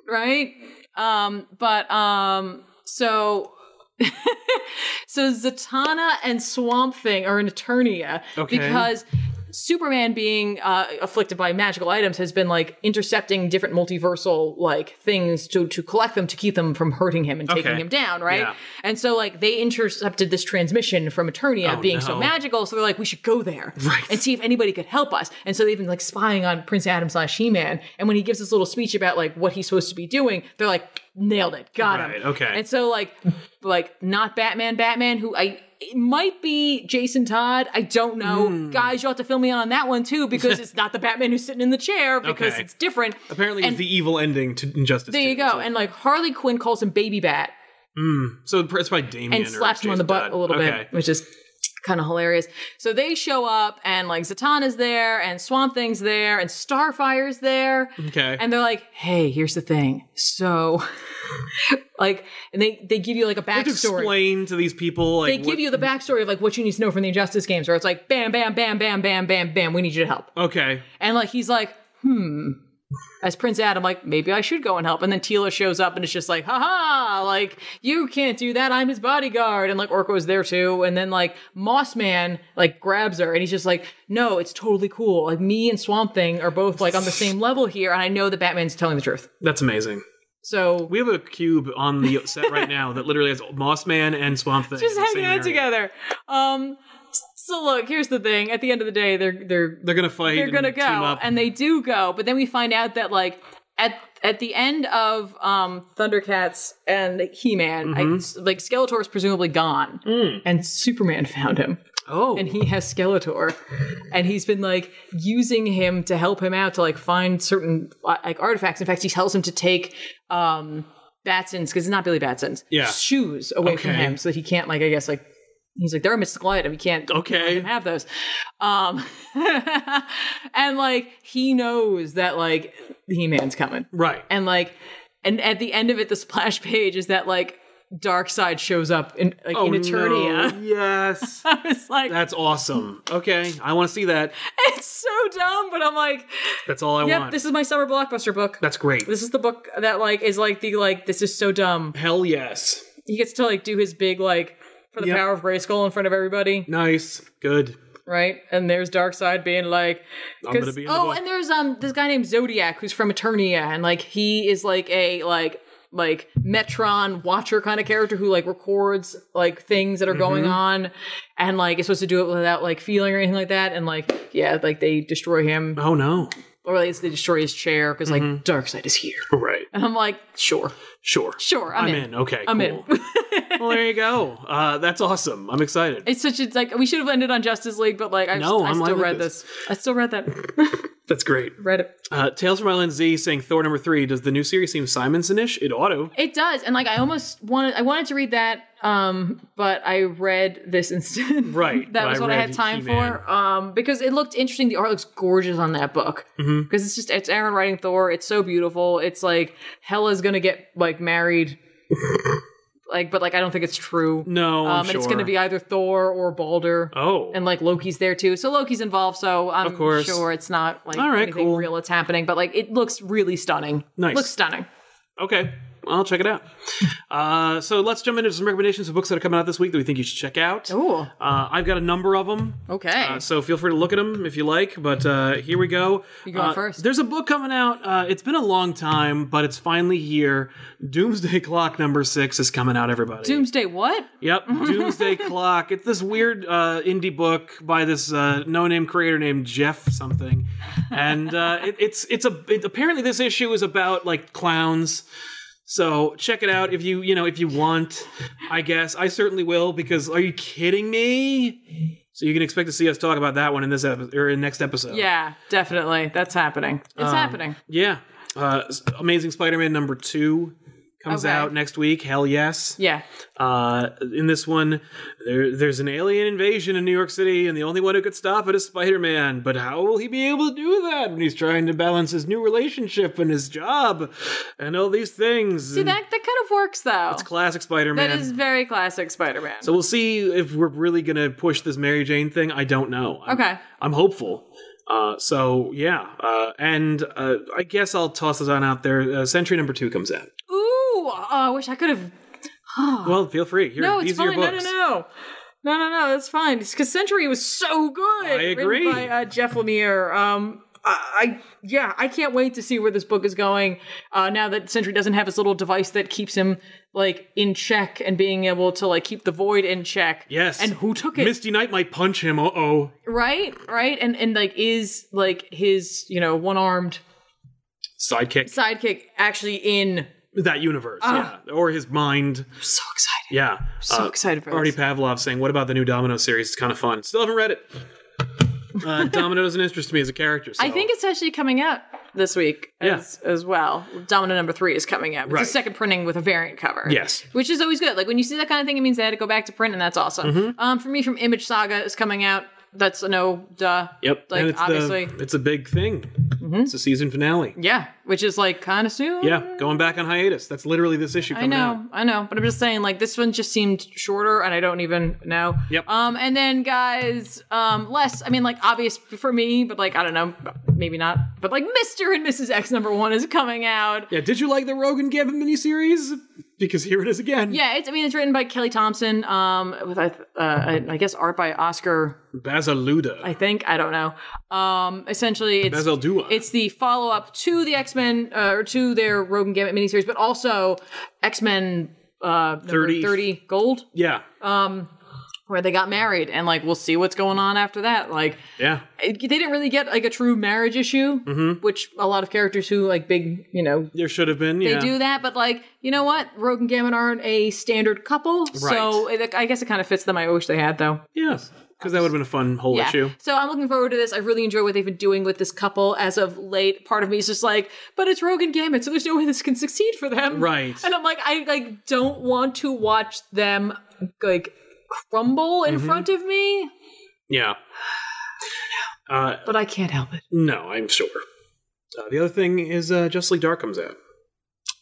Speaker 5: Right? Um but um so so Zatanna and Swamp Thing are in Eternia
Speaker 1: Okay.
Speaker 5: because Superman being uh, afflicted by magical items has been like intercepting different multiversal like things to to collect them to keep them from hurting him and taking
Speaker 1: Okay.
Speaker 5: him down, right?
Speaker 1: Yeah.
Speaker 5: And so like they intercepted this transmission from Eternia
Speaker 1: Oh,
Speaker 5: being
Speaker 1: no.
Speaker 5: so magical, so they're like, we should go there
Speaker 1: Right.
Speaker 5: and see if anybody could help us. And so they've been like spying on Prince Adam slash He Man, and when he gives this little speech about like what he's supposed to be doing, they're like, nailed it, got
Speaker 1: Right,
Speaker 5: him.
Speaker 1: okay.
Speaker 5: And so like like not Batman, Batman, who I it might be Jason Todd. I don't know.
Speaker 1: Hmm.
Speaker 5: Guys, you'll have to fill me in on that one too, because it's not the Batman who's sitting in the chair, because
Speaker 1: Okay.
Speaker 5: it's different.
Speaker 1: Apparently, it's
Speaker 5: And-
Speaker 1: the evil ending to Injustice.
Speaker 5: There you
Speaker 1: 2,
Speaker 5: go.
Speaker 1: so-
Speaker 5: And like Harley Quinn calls him baby bat
Speaker 1: So it's probably Damien
Speaker 5: and
Speaker 1: or
Speaker 5: slaps him on
Speaker 1: Jason
Speaker 5: the butt
Speaker 1: Todd.
Speaker 5: a little
Speaker 1: Okay.
Speaker 5: bit, which is kind of hilarious. So they show up, and like Zatanna's there, and Swamp Thing's there, and Starfire's there.
Speaker 1: Okay.
Speaker 5: And they're like, "Hey, here's the thing." So, like, and they they give you like a
Speaker 1: I have to
Speaker 5: backstory.
Speaker 1: explain to these people. Like,
Speaker 5: They give
Speaker 1: what-
Speaker 5: you the backstory of like what you need to know from the Injustice games, where it's like, "Bam, bam, bam, bam, bam, bam, bam. We need you to help."
Speaker 1: Okay.
Speaker 5: And like he's like, "Hmm." As Prince Adam, like maybe I should go and help, and then Tila shows up and it's just like, "Ha ha!" Like you can't do that. I'm his bodyguard, and like Orko's there too, and then like Moss Man like grabs her, and he's just like, "No, it's totally cool. Like me and Swamp Thing are both like on the same level here, and I know that Batman's telling the truth."
Speaker 1: That's amazing.
Speaker 5: So
Speaker 1: We have a cube on the set right now that literally has Moss Man and Swamp Thing.
Speaker 5: just
Speaker 1: in the
Speaker 5: hanging
Speaker 1: same
Speaker 5: out
Speaker 1: area.
Speaker 5: together. Um, so look, here's the thing. At the end of the day, they're they're
Speaker 1: They're gonna fight.
Speaker 5: they're
Speaker 1: and
Speaker 5: gonna
Speaker 1: team
Speaker 5: go,
Speaker 1: up.
Speaker 5: and they do go. But then we find out that like at at the end of um, Thundercats and He Man,
Speaker 1: Mm-hmm.
Speaker 5: like Skeletor is presumably gone,
Speaker 1: Mm.
Speaker 5: and Superman found him,
Speaker 1: oh,
Speaker 5: and he has Skeletor, and he's been like using him to help him out to like find certain uh, like artifacts. In fact, he tells him to take. Um, Batson's because it's not Billy Batson's
Speaker 1: Yeah.
Speaker 5: shoes away from
Speaker 1: Okay.
Speaker 5: him so that he can't like I guess like he's like they're a mystical item he can't
Speaker 1: okay.
Speaker 5: didn't have those. Um, and like he knows that like He Man's coming,
Speaker 1: Right.
Speaker 5: and like, and at the end of it, the splash page is that like Dark Side shows up in like
Speaker 1: oh
Speaker 5: in Eternia.
Speaker 1: no. Yes.
Speaker 5: I was like,
Speaker 1: That's awesome. Okay, I want to see that.
Speaker 5: it's so dumb, but I'm like,
Speaker 1: That's all I
Speaker 5: yep,
Speaker 1: want.
Speaker 5: this is my summer blockbuster book.
Speaker 1: That's great.
Speaker 5: this is the book that like is like the like this is so dumb.
Speaker 1: Hell yes.
Speaker 5: He gets to like do his big like for the
Speaker 1: Yep.
Speaker 5: power of Grayskull in front of everybody.
Speaker 1: Nice. Good.
Speaker 5: right? And there's Darkseid being like,
Speaker 1: I'm gonna
Speaker 5: 'cause-
Speaker 1: be in the
Speaker 5: oh,
Speaker 1: book.
Speaker 5: and there's um this guy named Zodiac who's from Eternia, and like he is like a like like Metron Watcher kind of character who like records like things that are going
Speaker 1: Mm-hmm.
Speaker 5: on, and like is supposed to do it without like feeling or anything like that, and like yeah, like they destroy him
Speaker 1: Oh no.
Speaker 5: or like they destroy his chair because like
Speaker 1: Mm-hmm.
Speaker 5: Darkseid is here,
Speaker 1: Right.
Speaker 5: and I'm like sure,
Speaker 1: Sure.
Speaker 5: sure, I'm,
Speaker 1: I'm in. Okay.
Speaker 5: I'm
Speaker 1: cool.
Speaker 5: in.
Speaker 1: well, there you go. Uh, that's awesome. I'm excited.
Speaker 5: It's such it's like we should have ended on Justice League, but like I,
Speaker 1: No,
Speaker 5: I
Speaker 1: I'm
Speaker 5: still
Speaker 1: liking
Speaker 5: read
Speaker 1: this.
Speaker 5: this. I still read that.
Speaker 1: That's great.
Speaker 5: read it.
Speaker 1: Uh, Tales from Island Z saying Thor number three. Does the new series seem Simonson-ish? It ought to.
Speaker 5: It does, and like I almost wanted, I wanted to read that, um, but I read this instead.
Speaker 1: Right,
Speaker 5: that
Speaker 1: but
Speaker 5: was
Speaker 1: I
Speaker 5: what I
Speaker 1: read
Speaker 5: had time
Speaker 1: He-Man.
Speaker 5: for, um, because it looked interesting. The art looks gorgeous on that book because
Speaker 1: Mm-hmm.
Speaker 5: it's just it's Aaron writing Thor. It's so beautiful. It's like Hela's gonna get like married, like, but like I don't think it's true.
Speaker 1: No,
Speaker 5: um,
Speaker 1: I'm
Speaker 5: and
Speaker 1: sure.
Speaker 5: it's gonna be either Thor or Balder.
Speaker 1: Oh,
Speaker 5: And like Loki's there too, so Loki's involved. So I'm
Speaker 1: Of course.
Speaker 5: sure it's not like
Speaker 1: All right,
Speaker 5: anything
Speaker 1: cool.
Speaker 5: real that's happening, but like it looks really stunning.
Speaker 1: Nice.
Speaker 5: looks stunning.
Speaker 1: okay. I'll check it out. Uh, so let's jump into some recommendations of books that are coming out this week that we think you should check out.
Speaker 5: Ooh.
Speaker 1: Uh, I've got a number of them.
Speaker 5: Okay.
Speaker 1: Uh, so feel free to look at them if you like. But uh, here we go. You
Speaker 5: go
Speaker 1: uh,
Speaker 5: first.
Speaker 1: There's a book coming out. Uh, it's been a long time, but it's finally here. Doomsday Clock number six is coming out. Everybody.
Speaker 5: Doomsday. What?
Speaker 1: Yep, Doomsday Clock. It's this weird uh, indie book by this uh, no-name creator named Jeff something, and uh, it, it's it's a it, apparently this issue is about like clowns. So check it out if you you know if you want. I guess I certainly will because are you kidding me? So you can expect to see us talk about that one in this episode or in next episode.
Speaker 5: Yeah, definitely. That's happening. It's
Speaker 1: Um,
Speaker 5: happening.
Speaker 1: yeah. Uh, Amazing Spider-Man number two comes
Speaker 5: Okay.
Speaker 1: out next week. Hell yes.
Speaker 5: Yeah.
Speaker 1: Uh, in this one, there, there's an alien invasion in New York City, and the only one who could stop it is Spider Man. But how will he be able to do that when he's trying to balance his new relationship and his job and all these things?
Speaker 5: See, that, that kind of works, though.
Speaker 1: It's classic Spider Man.
Speaker 5: That is very classic Spider Man.
Speaker 1: so we'll see if we're really going to push this Mary Jane thing. I don't know. I'm-
Speaker 5: okay.
Speaker 1: I'm hopeful. Uh, so yeah, uh, and uh, I guess I'll toss this on out there. Uh, Century number two comes out.
Speaker 5: Ooh, oh, I wish I could have.
Speaker 1: Well, feel free. Here,
Speaker 5: no, it's
Speaker 1: these are
Speaker 5: fine.
Speaker 1: your
Speaker 5: No, no,
Speaker 1: books.
Speaker 5: no. No, no, no. That's fine. Because Century was so good.
Speaker 1: I
Speaker 5: written
Speaker 1: agree.
Speaker 5: By uh, Jeff Lemire. Um, I, I yeah, I can't wait to see where this book is going. Uh, now that Century doesn't have his little device that keeps him like in check and being able to like keep the void in check.
Speaker 1: Yes.
Speaker 5: And who took it?
Speaker 1: Misty Knight might punch him. Uh oh.
Speaker 5: right, right. And and like is like his you know one armed
Speaker 1: Sidekick.
Speaker 5: sidekick actually in?
Speaker 1: That universe. yeah. Or his mind.
Speaker 5: I'm so excited.
Speaker 1: Yeah.
Speaker 5: Ah.
Speaker 1: Uh,
Speaker 5: So excited for
Speaker 1: Artie
Speaker 5: this.
Speaker 1: Pavlov saying, "What about the new Domino series? It's kind of fun." Still haven't read it. Uh, Domino doesn't interest me as a character. So.
Speaker 5: I think it's actually coming out this week
Speaker 1: Yeah.
Speaker 5: as, as well. Domino number three is coming out. It's
Speaker 1: Right.
Speaker 5: a second printing with a variant cover.
Speaker 1: Yes.
Speaker 5: Which is always good. Like when you see that kind of thing, it means they had to go back to print, and that's awesome.
Speaker 1: Mm-hmm.
Speaker 5: Um, for me, from Image Saga is coming out. That's a no, duh.
Speaker 1: Yep.
Speaker 5: Like,
Speaker 1: and it's
Speaker 5: obviously. Mm-hmm.
Speaker 1: the, it's a big thing. It's a season finale.
Speaker 5: Yeah, which is like kind of soon.
Speaker 1: Yeah, going back on hiatus. That's literally this issue
Speaker 5: I
Speaker 1: coming
Speaker 5: know,
Speaker 1: out.
Speaker 5: I know, but I'm just saying, like this one just seemed shorter, and I don't even know.
Speaker 1: Yep.
Speaker 5: Um, and then guys, um, less. I mean, like obvious for me, but like I don't know, maybe not. But like Mister and Mrs X number one is coming out.
Speaker 1: Yeah, did you like the Rogan Gavin miniseries? Because here it is again.
Speaker 5: Yeah, it's, I mean, it's written by Kelly Thompson, um, with I th- uh, I, I guess art by Oscar.
Speaker 1: Basaluda.
Speaker 5: I think I don't know. Um, essentially, it's
Speaker 1: Basildua.
Speaker 5: it's the follow up to the X Men uh, or to their Rogue and Gambit miniseries, but also X Men uh, number
Speaker 1: 30.
Speaker 5: thirty Gold,
Speaker 1: yeah.
Speaker 5: Oh. where they got married, and like we'll see what's going on after that. Like
Speaker 1: yeah.
Speaker 5: it, they didn't really get like a true marriage issue,
Speaker 1: Mm-hmm.
Speaker 5: which a lot of characters who like big you know
Speaker 1: There should have been.
Speaker 5: they
Speaker 1: Yeah.
Speaker 5: do that, but like you know what, Rogue and Gambit aren't a standard couple, so it, I guess it kind of fits them. I wish they had though.
Speaker 1: Yes. Because that would have been a fun whole
Speaker 5: Yeah.
Speaker 1: issue.
Speaker 5: So I'm looking forward to this. I really enjoy what they've been doing with this couple as of late. Part of me is just like, but it's Rogue and Gambit, so there's no way this can succeed for them.
Speaker 1: Right.
Speaker 5: And I'm like, I like don't want to watch them like crumble
Speaker 1: Mm-hmm.
Speaker 5: in front of me,
Speaker 1: Yeah. Uh,
Speaker 5: but I can't help it.
Speaker 1: no, I'm sure. Uh, the other thing is uh, Justly Dark comes out.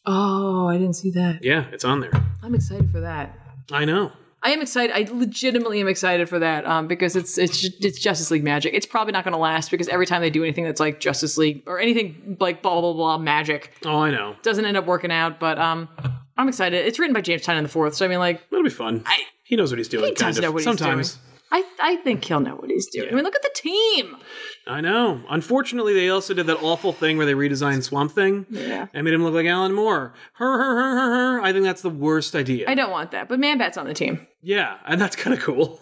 Speaker 5: Oh, I didn't see that.
Speaker 1: Yeah, it's on there.
Speaker 5: I'm excited for that.
Speaker 1: I know.
Speaker 5: I am excited. I legitimately am excited for that um, because it's it's ju- it's Justice League magic. It's probably not going to last because every time they do anything that's like Justice League or anything like blah blah blah magic,
Speaker 1: Oh, I know.
Speaker 5: doesn't end up working out, but um, I'm excited. It's written by James Tynan the fourth, so I mean, like,
Speaker 1: That'll be fun.
Speaker 5: I
Speaker 1: he knows what he's doing.
Speaker 5: he
Speaker 1: kind
Speaker 5: does
Speaker 1: of.
Speaker 5: know what
Speaker 1: Sometimes.
Speaker 5: he's doing. I I think he'll know what he's doing. I mean, look at the team.
Speaker 1: I know. Unfortunately, they also did that awful thing where they redesigned Swamp Thing
Speaker 5: Yeah.
Speaker 1: and made him look like Alan Moore. Her, her, her, her, her. I think that's the worst idea.
Speaker 5: I don't want that, but Man Bat's on the team.
Speaker 1: yeah, and that's kind of cool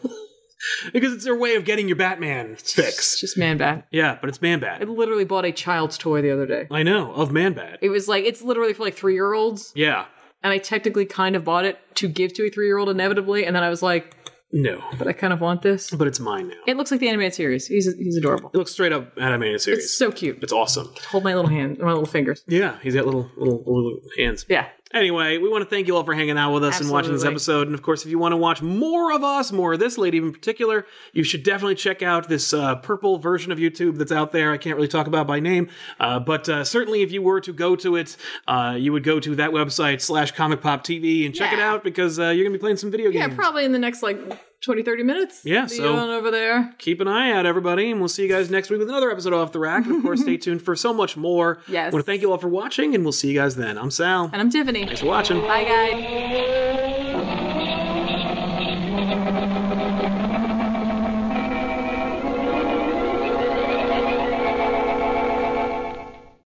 Speaker 1: because it's their way of getting your Batman
Speaker 5: It's
Speaker 1: fix.
Speaker 5: just Man Bat.
Speaker 1: Yeah, but it's Man Bat.
Speaker 5: I literally bought a child's toy the other day.
Speaker 1: I know of Man Bat.
Speaker 5: It was like it's literally for like three year olds,
Speaker 1: Yeah.
Speaker 5: and I technically kind of bought it to give to a three year old inevitably, and then I was like,
Speaker 1: No,
Speaker 5: but I kind of want this.
Speaker 1: but it's mine now. It
Speaker 5: It looks like the animated series. He's he's adorable.
Speaker 1: looks straight up animated series.
Speaker 5: It's so cute.
Speaker 1: It's awesome.
Speaker 5: Hold my little hand, my little fingers.
Speaker 1: Yeah, he's got little little, little hands.
Speaker 5: Yeah.
Speaker 1: Anyway, we want to thank you all for hanging out with us and watching this
Speaker 5: Absolutely.
Speaker 1: episode. And of course, if you want to watch more of us, more of this lady in particular, you should definitely check out this uh, purple version of YouTube that's out there. I can't really talk about by name, uh, but uh, certainly if you were to go to it, uh, you would go to that website slash Comic Pop TV and check it
Speaker 5: Yeah.
Speaker 1: out because uh, you're gonna be playing some video
Speaker 5: Yeah,
Speaker 1: games.
Speaker 5: probably in the next like 20, 30 minutes.
Speaker 1: Yeah,
Speaker 5: Be
Speaker 1: so-
Speaker 5: on over there.
Speaker 1: Keep an eye out, everybody, and we'll see you guys next week with another episode of Off the Rack. And of course, stay tuned for so much more.
Speaker 5: Yes.
Speaker 1: want to thank you all for watching, and we'll see you guys then. I'm Sal.
Speaker 5: And I'm Tiffany.
Speaker 1: Thanks for watching.
Speaker 5: Bye, guys.
Speaker 4: Thank you.